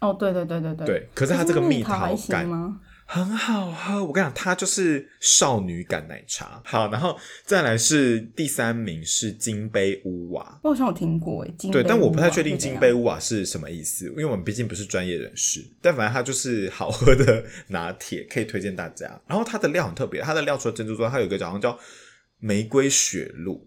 A: 哦，对对对对对。
B: 对。呃可是它这个
A: 那
B: 蜜
A: 桃
B: 桃
A: 还行
B: 感
A: 吗？
B: 很好喝，我跟你讲，它就是少女感奶茶。好，然后再来是第三名是金杯乌瓦。
A: 我好像有听过哎，金
B: 对，
A: 杯
B: 但我
A: 屋
B: 不太
A: 啊
B: 确定
A: 是怎
B: 金
A: 样
B: 杯屋瓦是什么意思，因为我们毕竟不是专业人士。但反正它就是好喝的拿铁，可以推荐大家。然后它的料很特别，它的料除了珍珠之外，它有一个好像叫玫瑰雪露，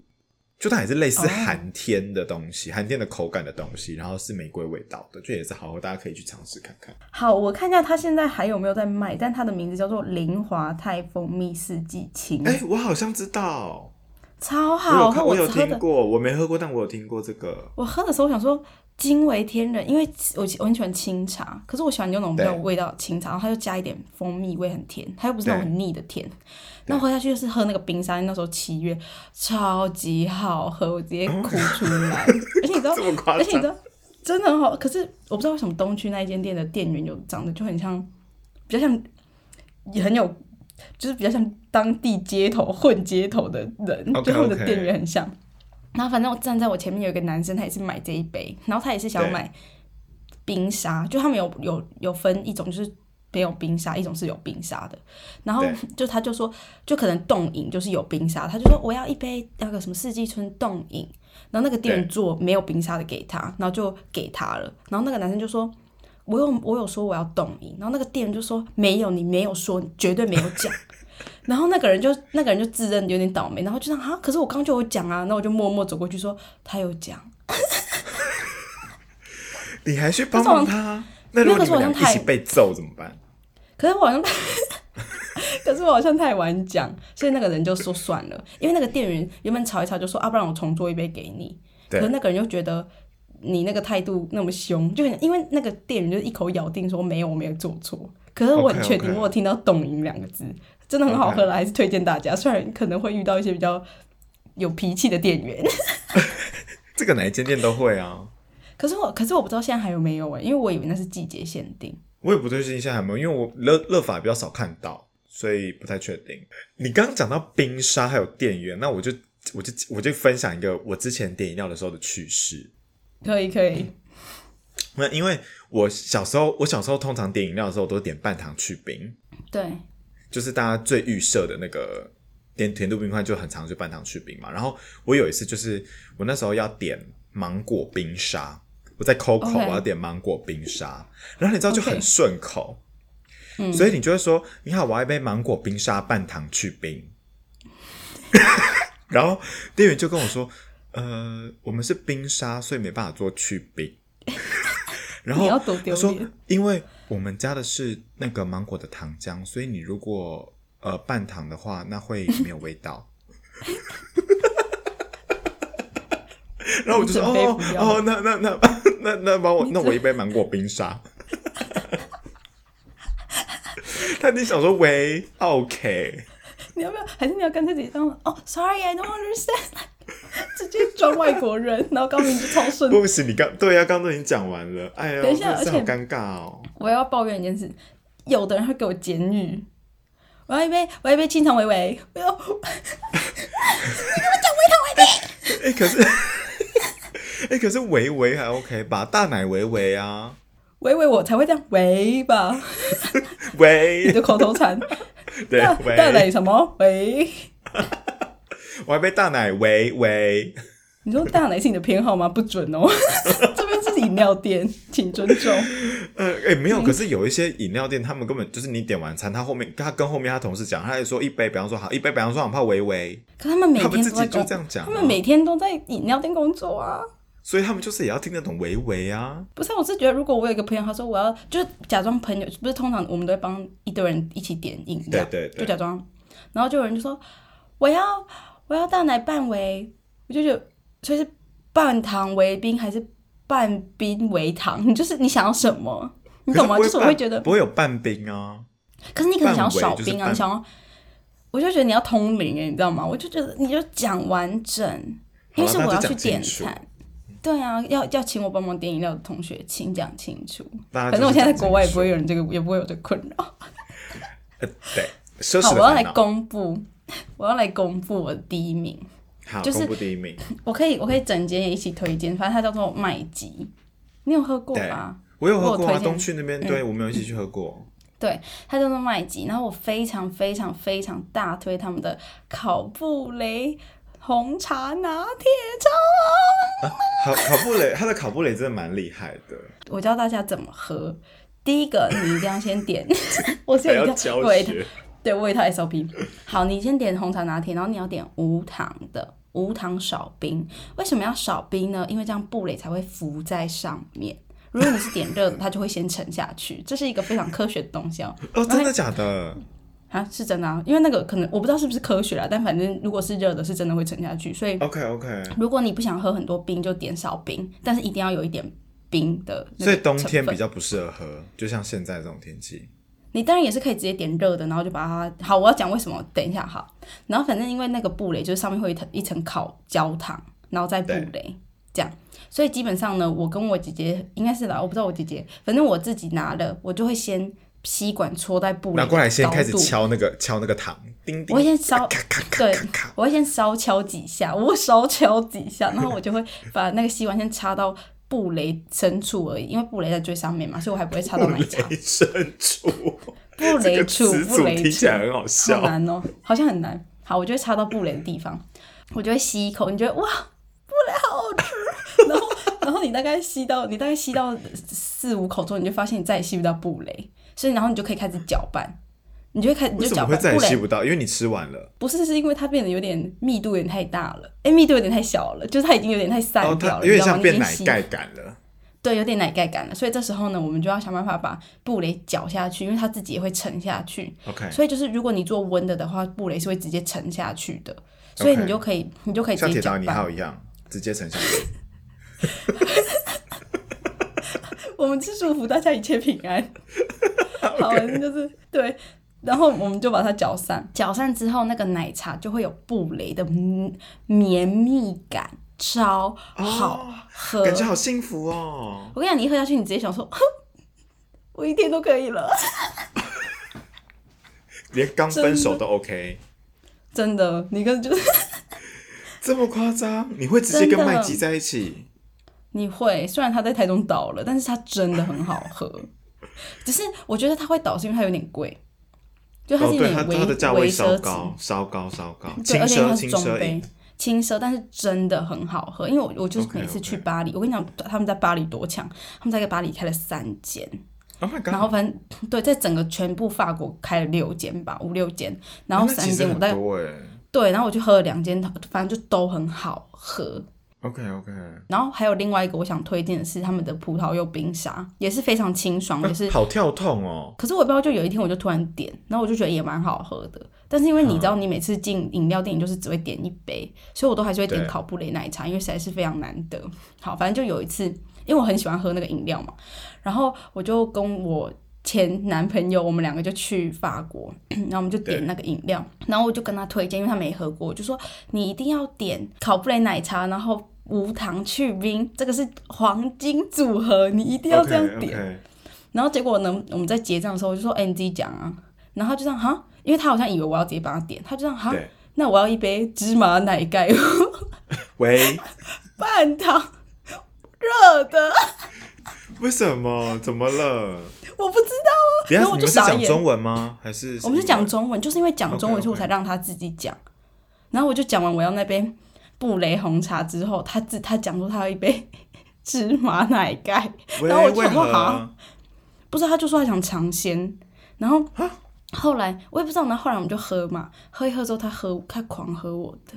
B: 就它也是类似
A: 哦
B: 寒天的东西，寒天的口感的东西，然后是玫瑰味道的，就也是好喝，大家可以去尝试看看。
A: 好，我看一下它现在还有没有在卖，但它的名字叫做林华泰蜂蜜四季青，
B: 哎、我好像知道，
A: 超
B: 我有
A: 好喝，
B: 看，我有
A: 喝
B: 听
A: 的。
B: 过，我没喝过，但我有听过这个。
A: 我喝的时候想说惊为天人，因为我我很喜欢清茶，可是我喜欢用那种没有
B: 对
A: 味道的清茶，然后它就加一点蜂蜜味，很甜，它又不是那种
B: 对
A: 很腻的甜。那我喝下去就是喝那个冰沙，那时候七月超级好喝，我直
B: <laughs>
A: 接哭出来。而且你知道
B: 这么，
A: 哦
B: 夸张
A: 而且你知道，真的很好。可是我不知道为什么东区那一间店的店员有长得就很像，比较像，也很有，就是比较像当地街头混街头的人
B: OK，
A: 就他们的
B: OK
A: 店员很像。然后反正我站在我前面有一个男生，他也是买这一杯，然后他也是想要
B: 对
A: 买冰沙，就他们有有有分一种就是没有冰沙，一种是有冰沙的。然后
B: 对
A: 就他就说，就可能冻饮就是有冰沙，他就说我要一杯那个什么四季春冻饮，然后那个店员
B: 对
A: 做没有冰沙的给他，然后就给他了。然后那个男生就说。我有我有说我要冻饮，然后那个店员就说没有，你没有说，你绝对没有讲。 <laughs> 然后那个人就那个人就自认有点倒霉，然后就这样啊，可是我刚刚就有讲啊，那我就默默走过去说他有讲，
B: 你还去帮
A: 可是我
B: 帮他？那如
A: 那个
B: 果你
A: 是我
B: 们俩
A: 好像
B: 一起
A: 太
B: 被揍怎么办？
A: 可是我好像， <laughs> 可是我好像太晚讲，所以那个人就说算了，因为那个店员原本吵一吵就说啊，不然我重做一杯给你，
B: 对
A: 可是那个人又觉得你那个态度那么凶，就很因为那个店员就一口咬定说没有，我没有做错，可是我很
B: OK，OK
A: 确定我有听到“懂饮”两个字，真的很好喝了，还是推荐大家，虽然可能会遇到一些比较有脾气的店员。 <laughs>
B: 这个哪一间店都会啊。
A: 可是我，可是我不知道现在还有没有哎、因为我以为那是季节限定。
B: 我也不确定现在还有没有，因为我乐乐法比较少看到，所以不太确定。你刚刚讲到冰沙还有店员，那我就我就我就分享一个我之前点饮料的时候的趣事。
A: 可以可
B: 嗯
A: 以，
B: 那因为我小时候，我小时候通常点饮料的时候，我都点半糖去冰，
A: 对，
B: 就是大家最预设的那个点甜度冰块就很常去半糖去冰嘛。然后我有一次就是我那时候要点芒果冰沙，我在 Coco
A: OK
B: 我要点芒果冰沙，然后你知道就很
A: OK
B: 顺口
A: 嗯
B: 所以你就会说你好，我要一杯芒果冰沙半糖去冰。 <laughs> 然后店员就跟我说，呃，我们是冰沙，所以没办法做去
A: <laughs>
B: 冰。然后
A: 你要多丢
B: 他说
A: 脸，
B: 因为我们加的是那个芒果的糖浆，所以你如果呃半糖的话，那会没有味道。
A: <laughs>
B: 然后我就说
A: 你准备
B: 哦
A: 不要
B: 哦，那那那 <laughs> 那那帮我那我一杯芒果冰沙。 <laughs> 他一定想说喂，OK，
A: <laughs> 你要不要？还是你要干脆直接这样？哦，sorry，I don't understand，直 <laughs> 接装外国人，然后高明就超顺。
B: 不行，你刚对呀、刚刚都已经讲完了，哎呀，
A: 等一下
B: 真的是好
A: 而且
B: 尴尬哦。
A: <laughs> 我要抱怨一件事，有的人会给我简语，我要一杯，我要一杯清肠维维，我要
B: 哎、可是，哎、可是维维还 OK 吧？大奶维维啊，
A: 维维我才会这样维吧，你
B: 维
A: 的口头禅。
B: <laughs> 对
A: 大大
B: 维，
A: 奶什么维？
B: 我还被大奶维维。
A: 你说大奶是你的偏好吗？不准哦， <laughs> 这边是饮料店，请尊重。
B: 呃，哎、没
A: 嗯
B: 有，可是有一些饮料店，他们根本就是你点完餐，他后面他跟后面他同事讲，他还说一杯，比方说好一杯，比方说好泡维维，
A: 可他们每
B: 他们
A: 天
B: 自
A: 都在
B: 己就
A: 工
B: 这，样讲、
A: 他
B: 啊，
A: 们每天都在饮料店工作啊。
B: 所以他们就是也要听得懂维维啊。
A: 不是啊，我是觉得如果我有一个朋友，他说我要就是假装朋友，不是通常我们都会帮一堆人一起点饮料，
B: 对对对
A: 就假装，然后就有人就说我要我要大奶半围，我就觉得所以是半糖为冰还是半冰为糖？ <laughs> 你就是你想要什么，你懂吗？
B: 可
A: 就是是
B: 不
A: 我
B: 半
A: 会觉得，
B: 不会有半冰啊。
A: 可是你可能想要
B: 半围
A: 少
B: 就是
A: 冰啊，
B: 半
A: 你想要，我就觉得你要通灵哎、你知道吗？我就觉得你就讲完整，因为是
B: 好啦
A: 我
B: 啊那
A: 要
B: 就
A: 去
B: 讲清
A: 点
B: 楚
A: 餐。对啊，要要请我帮忙点饮料的同学，请讲清楚。
B: 大家
A: 反正我
B: 就
A: 现
B: 是
A: 在在
B: 讲
A: 国外也
B: 清
A: 不会有人这个，也不会有这个困扰。
B: 楚呃对，奢
A: 好，
B: 侈
A: 我
B: 的
A: 要来
B: 烦恼。
A: 公布，我要来公布我的第一名。
B: 好，
A: 就是
B: 公布第一
A: <laughs>
B: 名。
A: 我可以，我可以整间也一起推荐，反正它叫做麦吉，你有喝过吧？
B: 我有喝
A: 我
B: 过
A: 推
B: 啊，
A: 荐嗯
B: 东区那边，对我们有一起去喝过。
A: 对，它叫做麦吉。然后我非常非常非常大推他们的烤布雷红茶拿铁，超好
B: 考考布雷，他的考布雷真的蛮厉害的。
A: 喝！我教大家怎么喝。第一个，你一定要先
B: <laughs>
A: 点，我是
B: 还
A: 有一
B: 要
A: 个
B: 教
A: 我有一个
B: 学，
A: 对，我有一套 SOP。好，你先点红茶拿铁，然后你要点无糖的，无糖少冰。为什么要少冰呢？因为这样布蕾才会浮在上面。如果你是点热的，它就会先沉下去。这是一个非常科学的东西哦。
B: 哦，真的假的？
A: 啊，是真的啊，因为那个可能我不知道是不是科学啦，但反正如果是热的，是真的会沉下去。所以
B: OK OK，
A: 如果你不想喝很多冰，就点少冰，但是一定要有一点冰的那个成
B: 所
A: 分。
B: 以冬天比较不适合喝，就像现在这种天气。
A: 你当然也是可以直接点热的，然后就把它好。我要讲为什么，等一下好。然后反正因为那个布雷就是上面会有一层一层烤焦糖，然后再布雷这样，所以基本上呢，我跟我姐姐应该是啦，我不知道我姐姐，反正我自己拿了，我就会先吸管戳在布雷
B: 拿
A: 的
B: 过来先
A: 高
B: 开始
A: 度
B: 敲那个敲那个糖，叮叮，
A: 我先烧
B: 咔咔咔
A: 对
B: 咔咔，
A: 我会先稍敲几下，我会稍敲几下，然后我就会把那个吸管先插到布雷深处而已，因为布雷在最上面嘛，所以我还不会插到
B: 布
A: 奶茶。
B: 雷深 <laughs> 处，
A: 布
B: 这
A: 雷
B: 个
A: 处，
B: 词
A: 布
B: 组
A: 雷处
B: 听起来很好
A: 好
B: 笑。
A: 难哦，好像很难。好，我就会插到布雷的地方，我就会吸一口，你觉得哇，布雷好好吃。然后， <laughs> 然后你大概吸到，你大概吸到四五口之后，你就发现你再也吸不到布雷，所以然后你就可以开始搅拌，你就会开你就
B: 为什么
A: 搅
B: 会
A: 拌
B: 再也
A: 布
B: 吸
A: 雷。
B: 不到？因为你吃完了。
A: 不是，是因为它变得有点密度有点太大了，哎、密度有点太小了，就是它已经有点太散
B: 哦，
A: 掉
B: 它
A: 了，
B: 有点
A: 你知道
B: 像
A: 吗
B: 变
A: 你已
B: 奶
A: 经吸
B: 盖感了。
A: 对，有点奶盖感了。所以这时候呢，我们就要想办法把布雷搅下去，因为它自己也会沉下去。
B: OK，
A: 所以就是如果你做温的的话，布雷是会直接沉下去的，所以
B: OK
A: 你就可以你就可以直
B: 像
A: 接
B: 铁
A: 搅
B: 达尼
A: 拌。
B: 号一样，直接沉下去。
A: 我们是祝福大家一切平安。
B: <laughs>
A: <laughs> 好，反正就是对。然后我们就把它搅散，搅散之后，那个奶茶就会有布雷的嗯绵密感，超好喝。
B: 哦感觉好幸福哦。
A: 我跟你讲，你一喝下去，你直接想说，我一天都可以了。 <laughs>
B: 连刚分手都 OK，
A: 真的，你跟就是
B: 这么夸张？你会直接跟
A: 真的
B: 麦吉在一起？
A: 你会，虽然它在台中倒了，
C: <laughs>
A: 但是它真的很好喝。只是我觉得它会倒是因为它有点贵，就它
C: 哦，
A: 是有
C: 对，它
A: 点微
C: 它的价位
A: 微奢
C: 稍
A: 侈
C: 高，，稍高，稍高，
A: 对，
C: 轻
A: 而且
C: 奢
A: 它
C: 轻
A: 是中
C: 奢
A: 杯
C: 饮，
A: 轻奢，但是真的很好喝。因为我我就是
B: OK，OK
A: 每次去巴黎我跟你讲，他们在巴黎多强，他们在巴黎开了三间，
B: Oh my
A: 然后
B: god！
A: 反正对，在整个全部法国开了六间吧，五六间，然后
B: 那
A: 三
B: 其实
A: 间我
B: 很
A: 在
B: 多哎。
A: 对，然后我去喝了两间，反正就都很好喝。
B: OK OK，
A: 然后还有另外一个我想推荐的是他们的葡萄柚冰沙，也是非常清
B: <laughs>
A: 爽，也是
B: 好跳痛哦。
A: 可是我也不知道，就有一天我就突然点，然后我就觉得也蛮好喝的。但是因为
B: 嗯
A: 你知道，你每次进饮料店，你就是只会点一杯，所以我都还是会点
B: 对
A: 考布雷奶茶，因为实在是非常难得。好，反正就有一次，因为我很喜欢喝那个饮料嘛，然后我就跟我前男朋友，我们两个就去法国，然后我们就点
B: 对
A: 那个饮料，然后我就跟他推荐，因为他没喝过，我就说你一定要点考布雷奶茶，然后无糖去冰，这个是黄金组合，你一定要这样点。
B: OK，
A: 然后结果呢，我们在结账的时候我就说：“哎、你自己讲啊。”然后他就这样哈，因为他好像以为我要直接帮他点，他就这样哈
B: 对，
A: 那我要一杯芝麻奶盖
B: 喂，
A: 半糖热的， <laughs>
B: 为什么？怎么了？
A: 我不知道啊。
B: 等一
A: 然
B: 下
A: 后我
B: 你
A: 就
B: 们是
A: 傻
B: 讲
A: 眼。
B: 中文吗？还是
A: 我们是讲中文，就是因为讲中文，
B: OK，OK
A: 所以我才让他自己讲。然后我就讲完我要那杯布雷红茶之后，他自他讲出他要一杯 <laughs> 芝麻奶盖，
B: 喂
A: 然后我就
B: 为
A: 想说
B: 何
A: 哈？不是，他就说他想尝鲜，然后后来我也不知道，然后后来我们就喝嘛，喝一喝之后他喝他狂喝我的，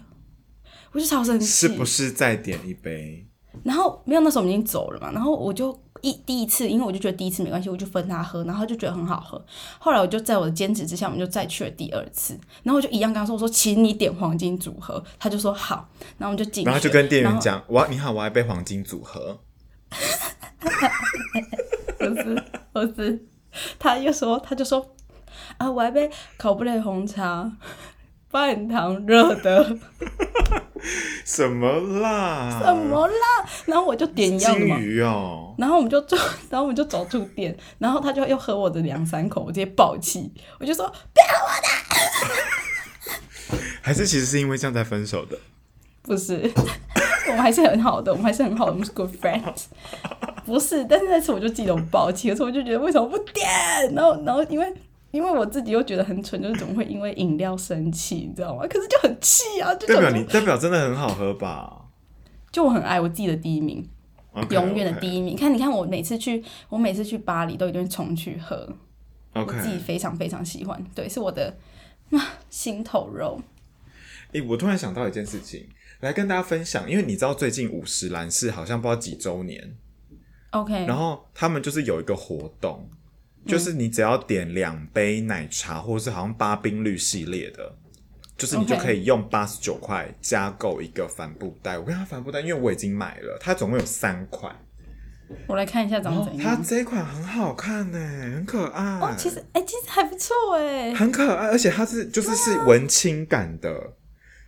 A: 我就超生气
B: 是，不是再点一杯？
A: 然后没有那时候我们已经走了嘛，然后我就一第一次，因为我就觉得第一次没关系，我就分他喝，然后他就觉得很好喝，后来我就在我的坚持之下，我们就再去了第二次，然后我就一样跟他说，我说请你点黄金组合，他就说好，然后我们就进去，
B: 然后就跟店
A: 然
B: 员
A: 后
B: 讲：“我要你好，我要一杯黄金组合。
A: 不是不是，他又说他就说啊，我还杯考布雷红茶，半糖热的，”
B: 什么啦？
A: 怎么啦？然后我就点一样的
B: 金
A: 嘛，
B: 鱼哦？
A: 然后我们就走，然后我们就走出店，然后他就又喝我的两三口，我直接爆气，我就说
B: 还是其实是因为这样才分手的？
A: 不是， <laughs> 我们还是很好的，我们还是很好的，我们是 good friends。不是，但是那次我就记得我爆气，可是我就觉得为什么不点？然后，然后因为因为我自己又觉得很蠢，就是怎么会因为饮料生气，你知道吗？可是就很气啊，就
B: 代表
A: 想
B: 你
A: 说
B: 代表真的很好喝吧？
A: 就我很爱我自己的第一名
B: OK，
A: 永远的
B: OK
A: 第一名。看，你看我每次去，我每次去巴黎都一定会冲去喝，我
B: OK，
A: 自己非常非常喜欢，对，是我的 <sighs> 啊心头肉。
B: 诶、我突然想到一件事情，来跟大家分享，因为你知道最近五十岚是好像不知道几周年，
A: OK，
B: 然后他们就是有一个活动，就是你只要点两杯奶茶，或者是好像八冰绿系列的，就是你
A: OK
B: 就可以用八十九块加购一个帆布袋。我跟他帆布袋，因为我已经买了，它总共有三款，
A: 我来看一下
B: 然
A: 长
B: 后
A: 怎
B: 它
A: 样。
B: 这一款很好看呢、很可爱。
A: 哦，其实哎、其实还不错哎、
B: 很可爱，而且它是就是
A: 啊
B: 是文青感的。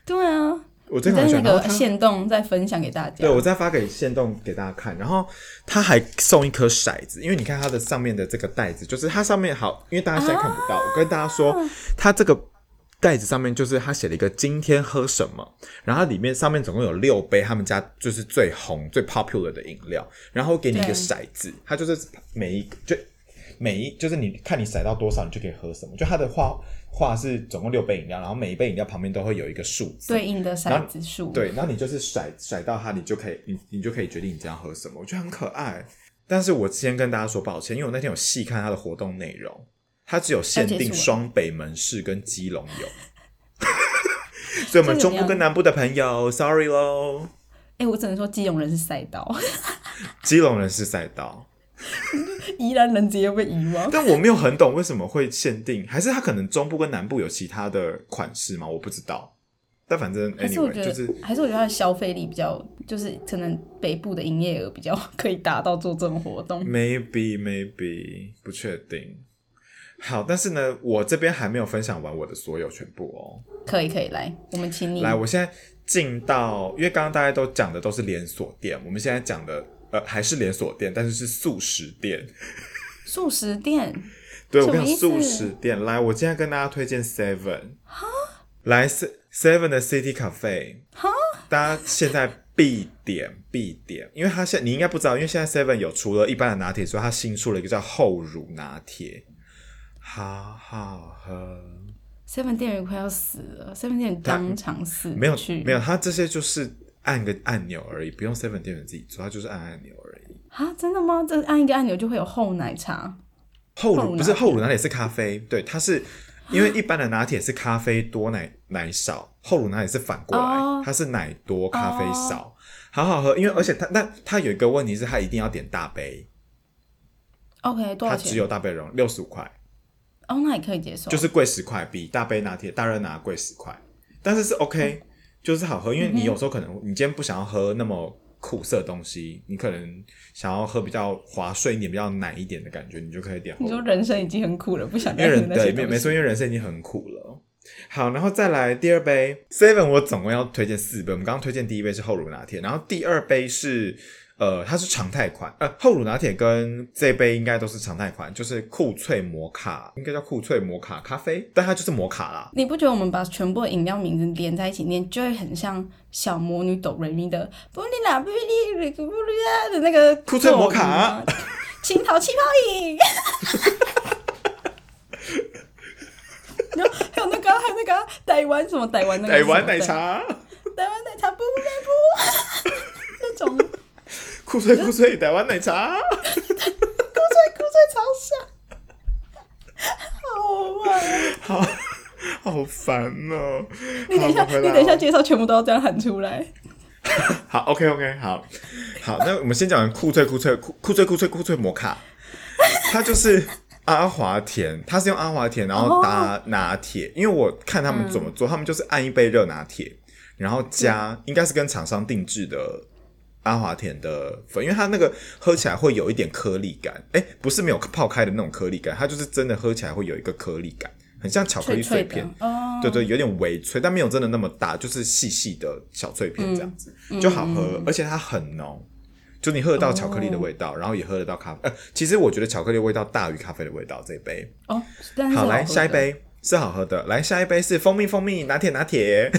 A: 对啊。
B: 我这
A: 你
B: 款
A: 在
B: 很喜
A: 那
B: 欢然后
A: 个
B: 它
A: 线动再分享给大家。
B: 对，我再发给线动给大家看。然后它还送一颗骰子，因为你看它的上面的这个袋子，就是它上面好，因为大家现在看不到，我跟大家说，它这个袋子上面就是它写了一个今天喝什么，然后它里面上面总共有六杯他们家就是最红最 popular 的饮料，然后给你一
A: 对
B: 个骰子，它就是每一个就每一就是你看你骰到多少，你就可以喝什么。就它的画画是总共六杯饮料，然后每一杯饮料旁边都会有一个数字，
A: 对应的骰子数。，
B: 对，然后你就是甩甩到它，你就可以，你你就可以决定你今天要喝什么，我觉得很可爱。但是我先跟大家说抱歉，因为我那天有细看它的活动内容，它只有限
A: 要结束
B: 定
A: 了
B: 双北门市跟基隆有， <laughs> 所以我们
A: 这怎
B: 中
A: 么
B: 部跟
A: 样
B: 南部的朋友，sorry 喽，
A: 哎、我只能说基隆人是赛道， <laughs>
B: 基隆人是赛道，
A: 宜兰人直接被遗忘。
B: 但我没有很懂为什么会限定，还是它可能中部跟南部有其他的款式吗？我不知道，但反正
A: 还是我
B: anyway
A: 觉
B: 就
A: 得，
B: 是
A: 还是我觉得他的消费力比较，就是可能北部的营业额比较可以达到做这种活
B: 嗯
A: 动。
B: Maybe, maybe，不确定。好，但是呢，我这边还没有分享完我的所有全部哦。
A: 可以可以，来，我们请你
B: 来，我现在进到，因为刚刚大家都讲的都是连锁店，我们现在讲的呃还是连锁店，但是是素食店。
A: 素食店
B: 对
A: 什
B: 我
A: 么
B: 跟你
A: 意
B: 讲，
A: 思
B: 素食店。来，我今天跟大家推荐 Seven。来，Se-，Seven 的 City Cafe。大家现在必点必点，因为它现你应该不知道，因为现在 Seven 有除了一般的拿铁之外，它新出了一个叫厚乳拿铁。好好喝。
A: Seven 店员快要死了，Seven 店员当场死去，
B: 没有没有，它这些就是按个按钮而已，不用 Seven 店员自己做，它就是按按钮而已。
A: 啊，真的吗？这按一个按钮就会有厚奶茶，
B: 厚
A: 厚乳
B: 乳不是
A: 拿
B: 厚乳拿铁是咖啡，对，它是因为一般的拿铁是咖啡多奶奶少，厚乳拿铁是反过来，
A: 哦
B: 它是奶多咖啡少，好好喝。因为而且它但它有一个问题是它一定要点大杯，
A: OK，多
B: 它
A: 少
B: 只
A: 钱？
B: 有大杯容六十五块，
A: 哦，那也可以接受。
B: 就是贵十块，比大杯拿铁大热拿贵十块，但是是 OK，、就是
A: 嗯
B: 好喝，因为你有时候可能你今天不想要喝那么。苦涩的东西，你可能想要喝比较滑顺一点、比较奶一点的感觉，你就可以点厚
A: 你
B: 乳
A: 说人生已经很苦了，不想
B: <laughs> 因
A: 再
B: 为
A: 喝
B: 人
A: 那些
B: 对，
A: 东
B: 没
A: 西
B: 没错，因为人生已经很苦了。好，然后再来第二杯 Seven，我总共要推荐四杯。我们刚刚推荐第一杯是厚乳拿铁，然后第二杯是呃，它是常态款，呃，厚乳拿铁跟这杯应该都是常态款，就是酷萃摩卡，应该叫酷萃摩卡咖啡，但它就是摩卡啦。
A: 你不觉得我们把全部的饮料名字连在一起念，就会很像小魔女哆瑞咪的布里拉布里里布里拉的那个
B: 库翠摩卡 <laughs>
A: 作品吗，青桃气泡饮。然后还有那个啊，还有那个啊台湾什么台湾那个
B: 台
A: 什么
B: 湾奶，茶，
A: 对台湾奶茶不不
B: <laughs>
A: 不，那种酷
B: 酷 <laughs> 萃酷萃台湾奶茶，
A: 最酷最超傻，好玩啊。
B: 好烦哦、
A: 你等一下，
B: 好我们
A: 你
B: 回来
A: 等一下
B: 哦
A: 介绍全部都要这样喊出来。
B: 好，OK OK，好，好，那我们先讲完酷脆酷脆酷酷脆酷脆酷脆摩卡，它就是阿华田，它是用阿华田然
A: 哦
B: 后搭拿铁，因为我看他们怎
A: 嗯
B: 么做，他们就是按一杯热拿铁，然后加应该是跟厂商定制的阿华田的粉，因为它那个喝起来会有一点颗粒感，哎，不是没有泡开的那种颗粒感，它就是真的喝起来会有一个颗粒感，很像巧克力
A: 脆
B: 碎
A: 脆
B: 片
A: 的，哦，
B: 对对，有点微脆，但没有真的那么大，就是细细的小脆片这样子，就好喝，而且它很浓，就你喝得到巧克力的味道，然后也喝得到咖啡。呃，其实我觉得巧克力的味道大于咖啡的味道。这一杯，
A: 哦，但是
B: 好，来
A: 喝
B: 下一
A: 的
B: 杯是好喝的，来下一杯是蜂蜜蜂蜜拿铁拿铁，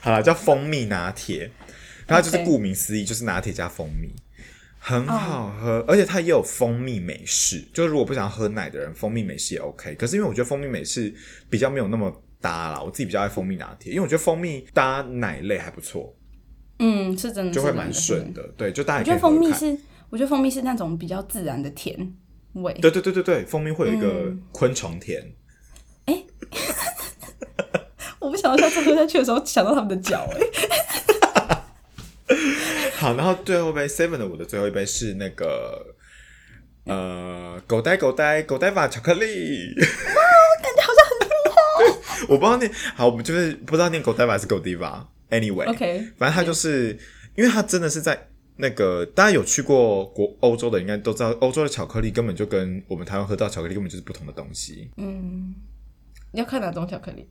B: 好了，叫蜂蜜拿铁，它就是
A: OK 哦
B: 顾名思义就是拿铁加蜂蜜。很好喝而且它也有蜂蜜美式，就是如果不想喝奶的人，蜂蜜美式也 OK。可是因为我觉得蜂蜜美式比较没有那么搭啦，我自己比较爱蜂蜜拿铁，因为我觉得蜂蜜搭奶类还不错，
A: 嗯，是真的
B: 就会
A: 是真的
B: 蛮
A: 是
B: 顺
A: 真的
B: 的。对，就大
A: 我
B: 家也
A: 觉
B: 可以
A: 得蜂
B: 喝
A: 蜜
B: 看
A: 是，我觉得蜂蜜是那种比较自然的甜味。
B: 对对对对对，蜂蜜会有一个
A: 嗯
B: 昆虫甜，
A: 我不想要下次喝下去的时候想到他们的脚、欸，哎，
B: 好，然后最后一杯 Seven 的我的最后一杯是那个呃狗呆狗呆狗呆吧巧克力，
A: 感觉好像很
B: <laughs> 我不知道念好，我们就是不知道念狗呆吧还是狗迪吧。Anyway，、
A: OK。
B: 反正它就是因为它真的是在那个大家有去过国欧洲的应该都知道，欧洲的巧克力根本就跟我们台湾喝到的巧克力根本就是不同的东西。
A: 嗯，要看哪种巧克力？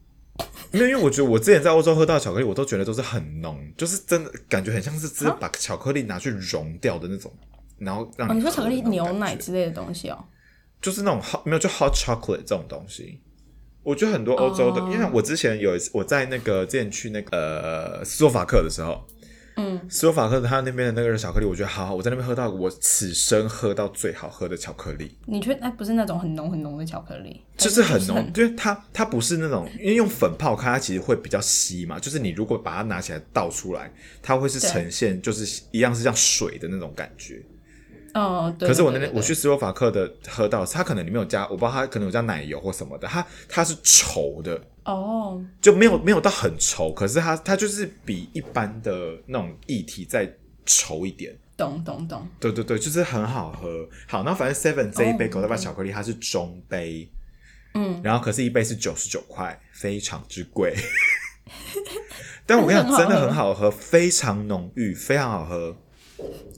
B: 没有，因为我觉得我之前在欧洲喝到的巧克力，我都觉得都是很浓，就是真的感觉很像是只是
A: 啊
B: 把巧克力拿去融掉的那种，然后让
A: 哦，你说
B: 喝
A: 巧克
B: 的
A: 力
B: 嗯那种
A: 牛
B: 感
A: 奶
B: 觉
A: 之类的东西哦。
B: 就是那种 hot 没有就 hot chocolate 这种东西。我觉得很多欧洲的
A: 哦
B: 因为我之前有一次我在那个之前去那个呃斯洛伐克的时候，
A: 嗯，
B: 斯洛伐克他那边的那个热巧克力，我觉得好好，我在那边喝到我此生喝到最好喝的巧克力，
A: 你觉得那不是那种很浓很浓的巧克力？
B: 就是
A: 还
B: 很浓，就是它它不是那种因为用粉泡开，它其实会比较稀嘛，就是你如果把它拿起来倒出来，它会是
A: 对
B: 呈现就是一样是像水的那种感觉。
A: 哦，对。
B: 可是我那
A: 对
B: 天我，去
A: 对对
B: 斯洛伐克的喝到，它可能里面有加，我不知道它可能有加奶油或什么的，它它是稠的，
A: 对哦，
B: 就没有没有到很稠，可是它它就是比一般的那种液体再稠一点。
A: 懂懂懂。
B: 对对对，就是很好喝。好，那反正 Seven 这一杯
A: 哦
B: 狗蛋白巧克力它是中杯，
A: 嗯，
B: 然后可是一杯是九十九块，非常之
A: <laughs>
B: 贵。但我跟你讲，真的很好喝，非常浓郁，非常好喝，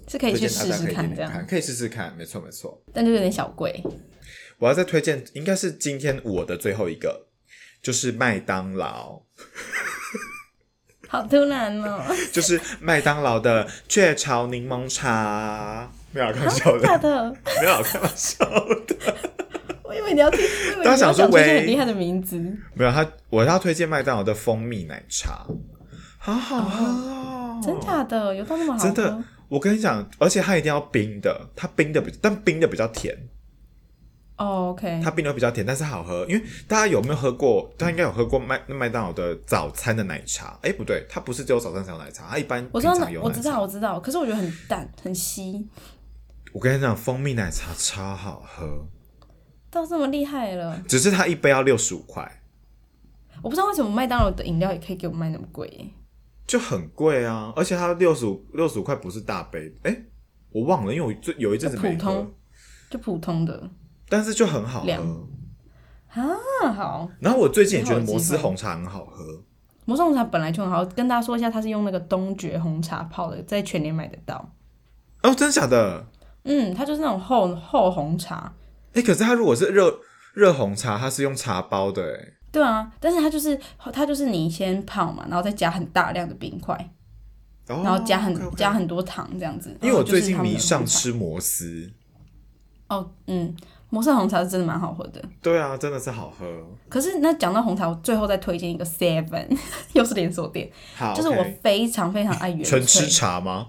A: 是可以
B: 推
A: 去
B: 荐大
A: 试试
B: 家可以点
A: 看这
B: 点
A: 样
B: 看，，可以试试看，没错没错。
A: 但就有点小贵。
B: 我要再推荐，应该是今天我的最后一个，就是麦当劳， <laughs>
A: 好突然哦， <laughs>
B: 就是麦当劳的雀巢柠檬茶。没有啊开玩笑
A: 大
B: 的，
A: 的。
B: 没有啊开玩笑的，
A: 我以为你要听，
B: 大家想说
A: 我以为你要讲出一些很
B: 喂
A: 厉害的名字，
B: 没有他，我要推荐麦当劳的蜂蜜奶茶，好好喝哦，
A: 真假的有到那么好喝？
B: 真的，我跟你讲，而且它一定要冰的，它冰的比但冰的比较甜，
A: 哦，OK，
B: 它并没有比较甜，但是好喝。因为大家有没有喝过？大家应该有喝过麦麦当劳的早餐的奶茶。哎、不对，它不是只有早餐才有奶茶，它一般
A: 我知道
B: 平
A: 那
B: 常，有
A: 我
B: 奶
A: 知
B: 茶
A: 道，我知道，可是我觉得很淡，很稀，
B: 我跟你讲，蜂蜜奶茶超好喝，
A: 到这么厉害了，
B: 只是它一杯要六十五块，
A: 我不知道为什么麦当劳的饮料也可以给我卖那么贵耶、
B: 就很贵啊。而且它六十五六十五块不是大杯，哎、我忘了，因为我最有一阵子没
A: 普
B: 喝
A: 通，就普通的
B: 但是就很好喝
A: 凉。啊。好，
B: 然后我最近也觉得
A: 很好
B: 摩斯
A: 记得
B: 红茶很好喝，
A: 魔兽红茶本来就很好，跟大家说一下，它是用那个东爵红茶泡的，在全年买得到。
B: 哦，真的假的？
A: 嗯，它就是那种厚厚红茶，
B: 哎、可是它如果是热热红茶，它是用茶包的、诶
A: 对啊，但是它就是它就是你先泡嘛，然后再加很大量的冰块，
B: 哦
A: 然后加很、
B: OK，OK
A: 加很多糖这样子。
B: 因为我
A: 然后就是
B: 最近
A: 他们的
B: 迷上
A: 红茶
B: 吃摩斯，
A: 哦，嗯，魔兽红茶是真的蛮好喝的。
B: <laughs> 对啊，真的是好喝。
A: 可是那讲到红茶，我最后再推荐一个 Seven，又 <laughs> 是连锁店，
B: 好，
A: 就是我
B: 啊 OK
A: 非常非常爱原
B: 纯吃
A: 萃，
B: 茶吗？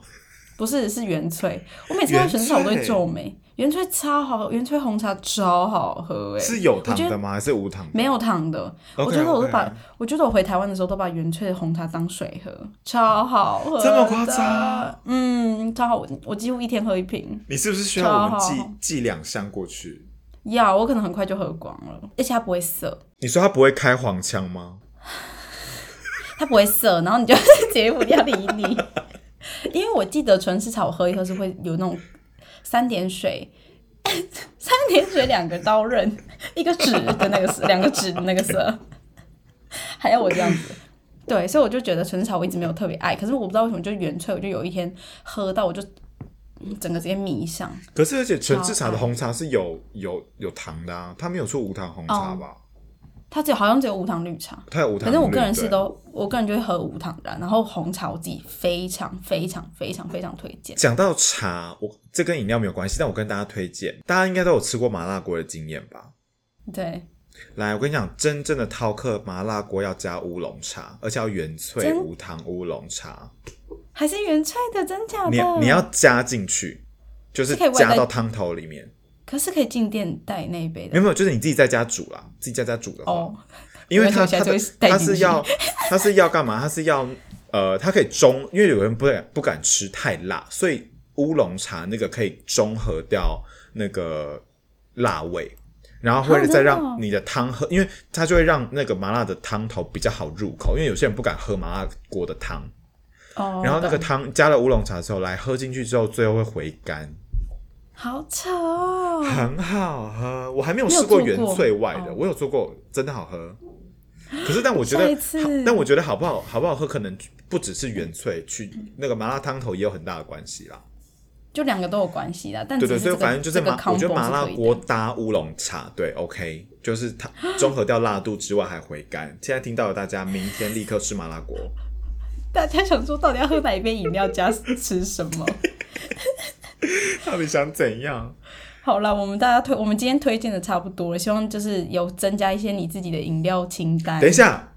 A: 不是是原萃，我每次看到纯茶我都会皱眉。原萃超好，原萃红茶超好喝哎、
B: 是有糖
A: 我觉
B: 的吗？还是无糖的？
A: 没有糖的。我
B: OK，
A: 觉得我都
B: OK
A: 把我觉得我回台湾的时候都把原萃的红茶当水喝，超好喝，
B: 这么夸张？
A: 嗯，超好，我我几乎一天喝一瓶。
B: 你是不是需要我们
A: 超好
B: 寄寄两箱过去？
A: 要，我可能很快就喝光了，而且它不会涩，
B: 你说它不会开黄腔吗？
A: 它不会涩，然后你就 <laughs> 直接不要理你。因为我记得纯丝草我喝一喝是会有那种三点水， <laughs> 三点水两个刀刃，一个指的那个色，两个指的那个色，还要我这样子。对，所以我就觉得纯丝草我一直没有特别爱，可是我不知道为什么就原萃，我就有一天喝到我就嗯整个直接迷上。
B: 可是而且纯制茶的红茶是有有有糖的啊，它没有出无糖红茶吧？
A: 它只有好像只有无糖绿茶，
B: 它有无糖
A: 哦反
B: 绿，
A: 正我个人是
B: 对
A: 都，我个人就会喝无糖的啊、然后红茶我自己非常非常非常非常推荐。
B: 讲到茶，我这跟饮料没有关系，但我跟大家推荐，大家应该都有吃过麻辣锅的经验吧？
A: 对，
B: 来，我跟你讲，真正的饕客麻辣锅要加乌龙茶，而且要原萃
A: 真
B: 无糖乌龙茶，
A: 还是原萃的，真假的？
B: 你你要加进去，就是
A: 啊是可以外
B: 加
A: 带
B: 到汤头里面。
A: 可是可以进店带那一杯
B: 没
A: 的
B: 有没有，就是你自己在家煮啦，自己在家煮的话，
A: 哦。
B: 因为
A: 没关
B: 它
A: 系
B: 它
A: 我
B: 的
A: 下次会带
B: 它
A: 进去
B: 是要它是要干嘛？它是要呃，它可以中，因为有人不敢不敢吃太辣，所以乌龙茶那个可以中和掉那个辣味，然后
A: 啊
B: 会
A: 真的
B: 再
A: 哦
B: 让你的汤喝，因为它就会让那个麻辣的汤头比较好入口，因为有些人不敢喝麻辣锅的汤，
A: 哦，
B: 然后那个
A: 懂
B: 汤加了乌龙茶之后来喝进去之后，最后会回甘。
A: 好扯哦，
B: 很好喝，我还没有
A: 你有
B: 试过
A: 做
B: 原
A: 过
B: 萃外的，
A: 哦
B: 我有做过，真的好喝。可是，但我觉得
A: 下一
B: 好
A: 次，
B: 但我觉得好不好，好不好喝，可能不只是原萃，去那个麻辣汤头也有很大的关系啦。
A: 就两个都有关系啦。但
B: 对
A: 只
B: 对，
A: 是
B: 所以
A: 这个
B: 反正就是
A: 这个
B: 麻，我觉得
A: combo
B: 麻辣
A: 是可以
B: 锅
A: 的
B: 搭乌龙茶，对，OK，就是它综合掉辣度之外还回甘。现在听到了大家，明天立刻吃麻辣
A: <laughs>
B: 锅。
A: 大家想说到底要喝哪一杯饮料加吃什么？ <laughs>
B: 到底想怎样？
A: 好啦，我们大家推，我们今天推荐的差不多了，希望就是有增加一些你自己的饮料清单
B: 等。一下，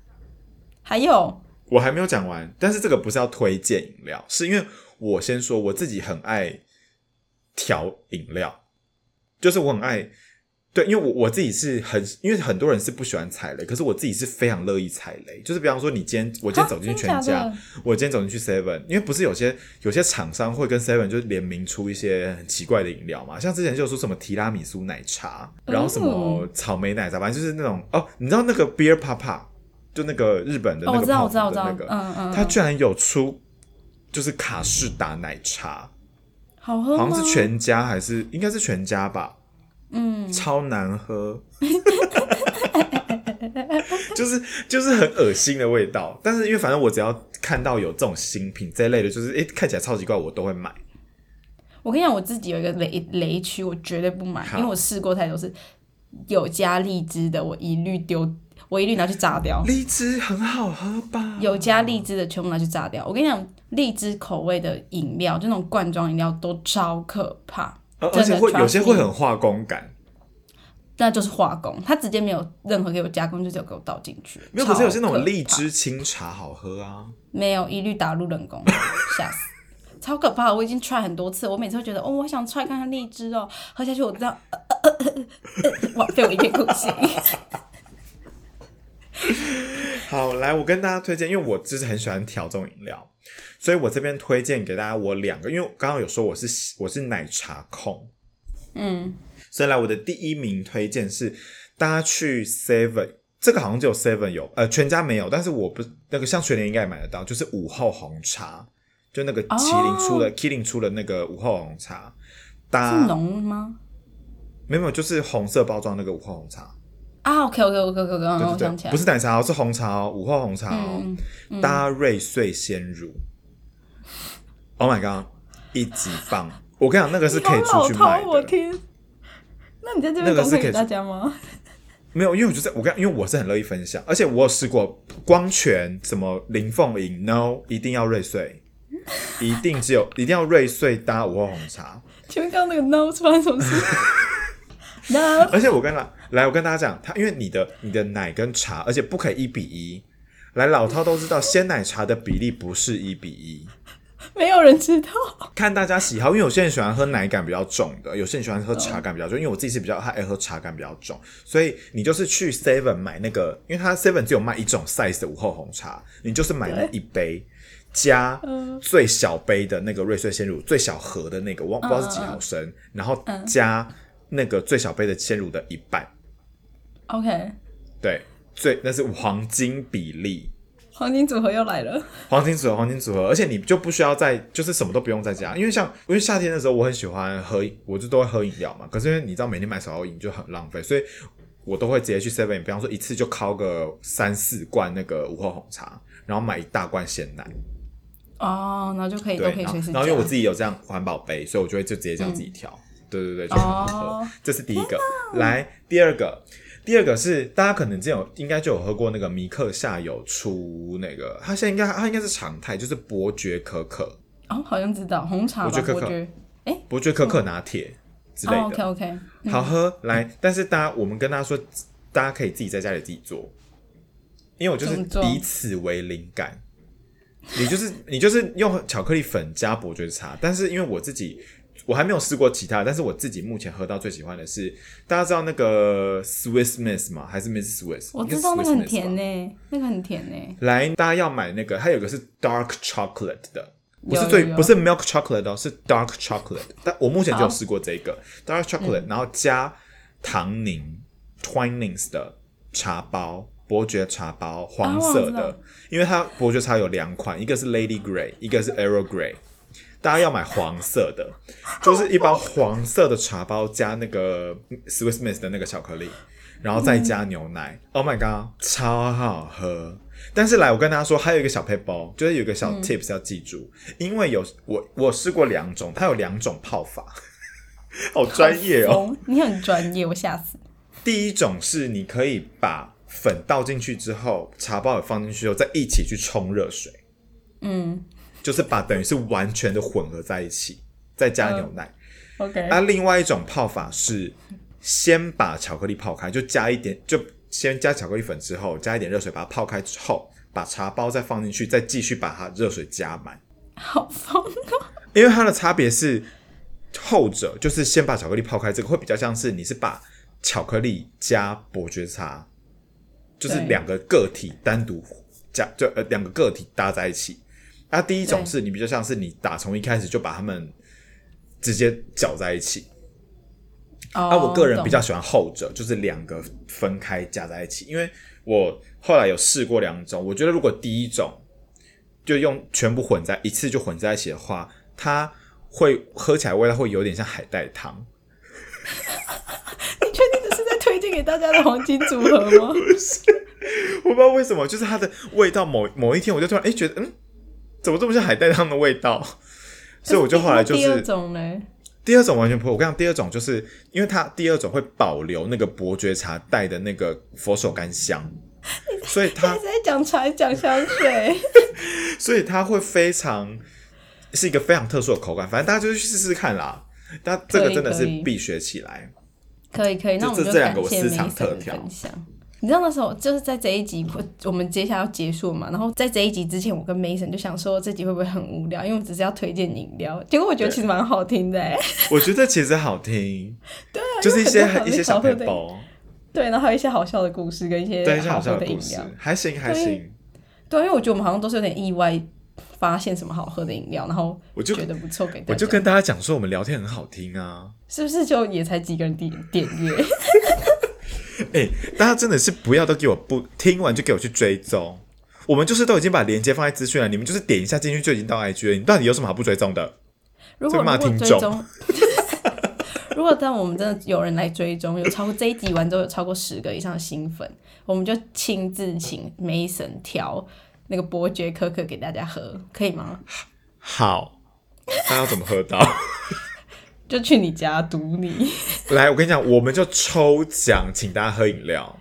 A: 还有，
B: 我还没有讲完，但是这个不是要推荐饮料，是因为我先说我自己很爱调饮料，就是我很爱对，因为我我自己是很，因为很多人是不喜欢踩雷，可是我自己是非常乐意踩雷。就是比方说，你今天我今天
A: 啊
B: 走进去
A: 真的
B: 全
A: 假
B: 家
A: 的，
B: 我今天走进去 Seven，因为不是有些有些厂商会跟 Seven 就是联名出一些很奇怪的饮料嘛，像之前就有出什么提拉米苏奶茶，
A: 哦
B: 然后什么草莓奶茶，反正就是那种哦，你知道那个 Beer Papa，就那个日本的
A: 哦，
B: 那
A: 我
B: 个
A: 知道，
B: 泡
A: 我
B: 芙
A: 知道，我知
B: 的
A: 道
B: 那，个，
A: 嗯嗯，
B: 它居然有出就是卡士达奶茶，
A: 好喝吗？
B: 好像是全家还是应该是全家吧，
A: 嗯，
B: 超难喝， <laughs> 就是就是很恶心的味道。但是因为反正我只要看到有这种新品这一类的，就是诶、看起来超级怪，我都会买。
A: 我跟你讲，我自己有一个雷雷区，我绝对不买，
B: 好
A: 因为我试过太多次，有加荔枝的，我一律丢，我一律拿去炸掉。
B: 荔枝很好喝吧？
A: 有加荔枝的全部拿去炸掉。我跟你讲，荔枝口味的饮料，就那种罐装饮料都超可怕，
B: 哦而而且会
A: 真的
B: 有些会
A: trust me
B: 很化工感，
A: 那就是化工，它直接没有任何给我加工，就只有给我倒进去。
B: 没有可是有些那
A: 超
B: 种
A: 可
B: 荔
A: 怕
B: 枝清茶好喝啊。
A: <laughs> 没有，一律打入冷宫，吓死！超可怕的！我已经 try 很多次，我每次都觉得哦，我想 try 看看荔枝哦，喝下去我知道，呃呃呃呃呃哇，被我一片苦
B: <laughs>
A: 心。
B: 好，来，我跟大家推荐，因为我就是很喜欢调这种饮料，所以我这边推荐给大家我两个，因为我刚刚有说我是喜我是奶茶控，
A: 嗯，
B: 所以来我的第一名推荐是大家去 Seven，这个好像只有 Seven 有，呃，全家没有，但是我不那个像全联应该也买得到，就是午后红茶，就那个
A: 哦
B: 麒麟出的、麒麟出的那个午后红茶，
A: 是
B: 搭
A: 浓吗？
B: 没有没有就是红色包装那个午后红茶，
A: 啊，OK OK OK OK OK，
B: 对
A: 我
B: 对
A: 想起
B: 对，
A: 来，
B: 不是奶茶哦，是红茶哦，午后红茶哦，
A: 嗯，
B: 搭瑞穗鲜乳。Oh my god，一级棒！我跟你讲，那个是
A: 你
B: 可以
A: 好
B: 出
A: 老
B: 去卖
A: 套，我
B: 的。
A: 天！那你在这
B: 那
A: 边
B: 个
A: 公
B: 是
A: 开
B: 可
A: 给
B: 以
A: 大家吗？
B: 没有，因为我就在我跟你讲，因为我是很乐意分享，而且我有试过光泉、什么林凤营，no，一定要瑞穗，一定只有一定要瑞穗搭午后红茶。
A: 请问刚刚那个 no 是发生什么事 <laughs>
B: <laughs>
A: ？no
B: 而且我跟来来，我跟大家讲，它因为你的你的奶跟茶，而且不可以一比一。来，老饕都知道鲜奶茶的比例不是一比一。
A: 没有人知道。
B: 看大家喜好，因为有些人喜欢喝奶感比较重的，有些人喜欢喝茶感比较重。因为我自己是比较爱喝茶感比较重，所以你就是去 Seven 买那个，因为它 Seven 只有卖一种 size 的午后红茶，你就是买那一杯加
A: 嗯
B: 最小杯的那个瑞穗鲜乳，最小盒的那个，忘不知道是几毫升，然后加那个最小杯的鲜乳的一半，
A: OK，
B: 对，最那是黄金比例。
A: 黄金组合又来了。
B: 黄金组合，黄金组合，而且你就不需要再就是什么都不用再加，因为像因为夏天的时候我很喜欢喝，我就都会喝饮料嘛。可是因为你知道每天买手摇饮就很浪费，所以我都会直接去 Seven，比方说一次就敲个三四罐那个午后红茶，然后买一大罐鲜奶，
A: 哦，然后就可以都
B: 对，
A: 可以
B: 然后
A: 随时
B: 然后因为我
A: 加
B: 自己有这样环保杯，所以我就会就直接这样自己调。对对对，就很好
A: 嗯
B: 喝。
A: 哦
B: 这是第一个。来，第二个，第二个是大家可能之前有应该就有喝过那个米克夏有出那个，它现在应该它应该是常态，就是伯爵可可、
A: 哦，好像知道红茶吧，
B: 我觉得可可伯爵可可拿铁之类的，
A: 哦，OK OK，
B: 好喝。来，但是大家我们跟大家说，大家可以自己在家里自己做，因为我就是
A: 怎么做
B: 以此为灵感。你就是 <laughs> 你就是用巧克力粉加伯爵茶，但是因为我自己我还没有试过其他，但是我自己目前喝到最喜欢的是，大家知道那个 Swiss Miss 吗？还是 Miss Swiss？
A: 我
B: 应该
A: 知
B: 是
A: 道那个
B: Swiss
A: 很
B: Miss
A: 甜
B: 吧
A: 呢、那个很甜呢、
B: 来，大家要买那个，它有一个是 dark chocolate 的，不
A: 有
B: 是最
A: 有有
B: 不是 milk chocolate 哦，是 dark chocolate。但我目前只有
A: 好嗯
B: 试过这个 dark chocolate，、然后加糖凝 Twinings 的茶包，伯爵茶包，黄色
A: 啊
B: 的，
A: 我知
B: 因为它伯爵茶有两款，一个是 Lady Grey，一个是 Arrow Grey。大家要买黄色的，就是一包黄色的茶包加那个 Swiss Miss 的那个巧克力，然后再加牛奶。oh my god，超好喝！但是来，我跟大家说，还有一个小 paper，就是有一个小 tips 要记住，因为有我我试过两种，它有两种泡法， <laughs> 好专业哦。
A: 哦，你很专业，我吓死。
B: 第一种是你可以把粉倒进去之后，茶包也放进去之后，再一起去冲热水。
A: 嗯
B: 就是把等于是完全的混合在一起，再加牛奶。
A: ，OK，
B: 那、另外一种泡法是先把巧克力泡开，就加一点，就先加巧克力粉之后，加一点热水把它泡开之后，把茶包再放进去，再继续把它热水加满。
A: 好疯哦。
B: 因为它的差别是后者就是先把巧克力泡开，这个会比较像是你是把巧克力加伯爵茶，就是
A: 对
B: 两个个体单独加，就呃两个个体搭在一起。那、第一种
A: 对
B: 是你比较像是你打从一开始就把它们直接搅在一起，
A: 哦
B: <laughs> 啊，我个人比较
A: 懂
B: 喜欢后者，就是两个分开加在一起，因为我后来有试过两种，我觉得如果第一种就用全部混在一次就混在一起的话，它会喝起来味道会有点像海带汤， <laughs>
A: 你确定这是在推荐给大家的黄金组合吗？
B: 我不知道为什么，就是它的味道某某一天我就突然哎、诶觉得嗯，怎么这么像海带汤的味道？ <laughs> 所以我就后来就
A: 那第二
B: 是
A: 种呢？
B: 第二种完全不会，我跟你讲，第二种就是因为它第二种会保留那个伯爵茶带的那个佛手柑香，所以它
A: <laughs> 你在讲茶，讲香
B: <laughs>
A: 水，
B: 所以它会非常是一个非常特殊的口感，反正大家就去试试看啦。但这个真的
A: 可
B: 是
A: 以可以
B: 必学起来。
A: 可以可以。那
B: 这
A: 我们
B: 这
A: 就
B: 这两
A: 感
B: 个我
A: 谢
B: 私藏
A: Mason
B: 特
A: 的
B: 调
A: 分享。你知道那时候就是在这一集，我我们接下来要结束嘛，然后在这一集之前，我跟 Mason 就想说这集会不会很无聊，因为我们只是要推荐饮料，结果我觉得
B: 对
A: 其实蛮好听的、欸， <laughs>
B: 我觉得其实好听，
A: 对啊，
B: 就是一
A: 因为
B: 些
A: 很多
B: 一些小
A: 朋
B: 配
A: 友的
B: 包，
A: 对，然后还有一些好笑的故事跟一些
B: 对一些
A: 好
B: 好
A: 喝
B: 笑
A: 的
B: 的
A: 饮
B: 故事
A: 料，，
B: 还行还
A: 对
B: 行。
A: 对，因为我觉得我们好像都是有点意外发现什么好喝的饮料，然后
B: 我就
A: 觉得不错给大家，
B: 我就跟大家讲说，我们聊天很好听啊！
A: 是不是就也才几个人点点阅？
B: 哎、大家真的是不要都给我不听完就给我去追踪，我们就是都已经把链接放在资讯了，你们就是点一下进去就已经到 IG 了，你到底有什么好不追踪的？
A: 如果
B: 在骂
A: 如果
B: 听
A: 追
B: 众 <laughs>
A: 踪，如果当我们真的有人来追踪，有超过这一集完之后有超过十个以上的新粉，我们就亲自请 Mason 调那个伯爵可可给大家喝，可以吗？
B: 好，那要怎么喝到？
A: 就去你家堵你， <laughs>
B: 来，我跟你讲，我们就抽奖，请大家喝饮料。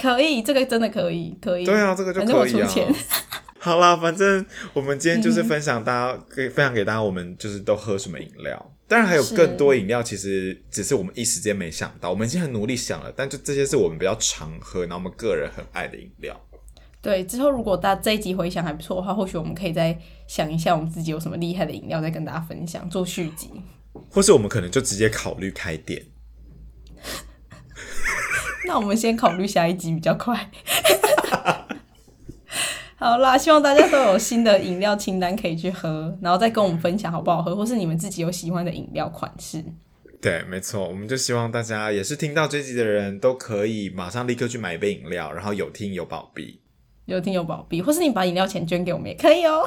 A: 可以，这个真的可以，可以。
B: 对啊，这个就
A: 反正我
B: 可以
A: 出
B: 啊
A: 钱。。
B: <laughs> 好啦，反正我们今天就是分享大家，可以分享给大家，我们就是都喝什么饮料。当然还有
A: 是
B: 更多饮料，其实只是我们一时间没想到，我们已经很努力想了，但就这些是我们比较常喝，然后我们个人很爱的饮料。
A: 对，之后如果大家这一集回想还不错的话，或许我们可以再想一下我们自己有什么厉害的饮料，再跟大家分享做续集。
B: 或是我们可能就直接考虑开店。
A: 那我们先考虑下一集比较快。 <laughs> 好啦，希望大家都有新的饮料清单可以去喝，然后再跟我们分享好不好喝，或是你们自己有喜欢的饮料款式。
B: 对，没错，我们就希望大家也是听到这集的人都可以马上立刻去买一杯饮料，然后有听有保庇。
A: 有听有保庇，或是你把饮料钱捐给我们也可以哦、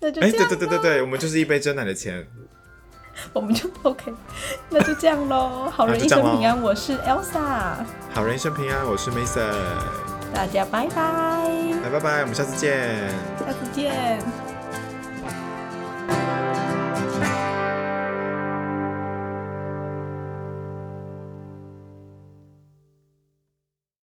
A: 那就
B: 哎，
A: 这
B: 对
A: 样，
B: 对对对对，我们就是一杯真奶的钱。
A: 我们就 OK，那 <laughs> 就这样喽。好
B: 那
A: 人
B: 就
A: 一
B: 这
A: 生
B: 样咯
A: 平安，我是 Elsa，
B: 好人一生平安，我是 Mason，
A: 大家拜拜，
B: 来拜拜，我们下次见。
A: 下次见。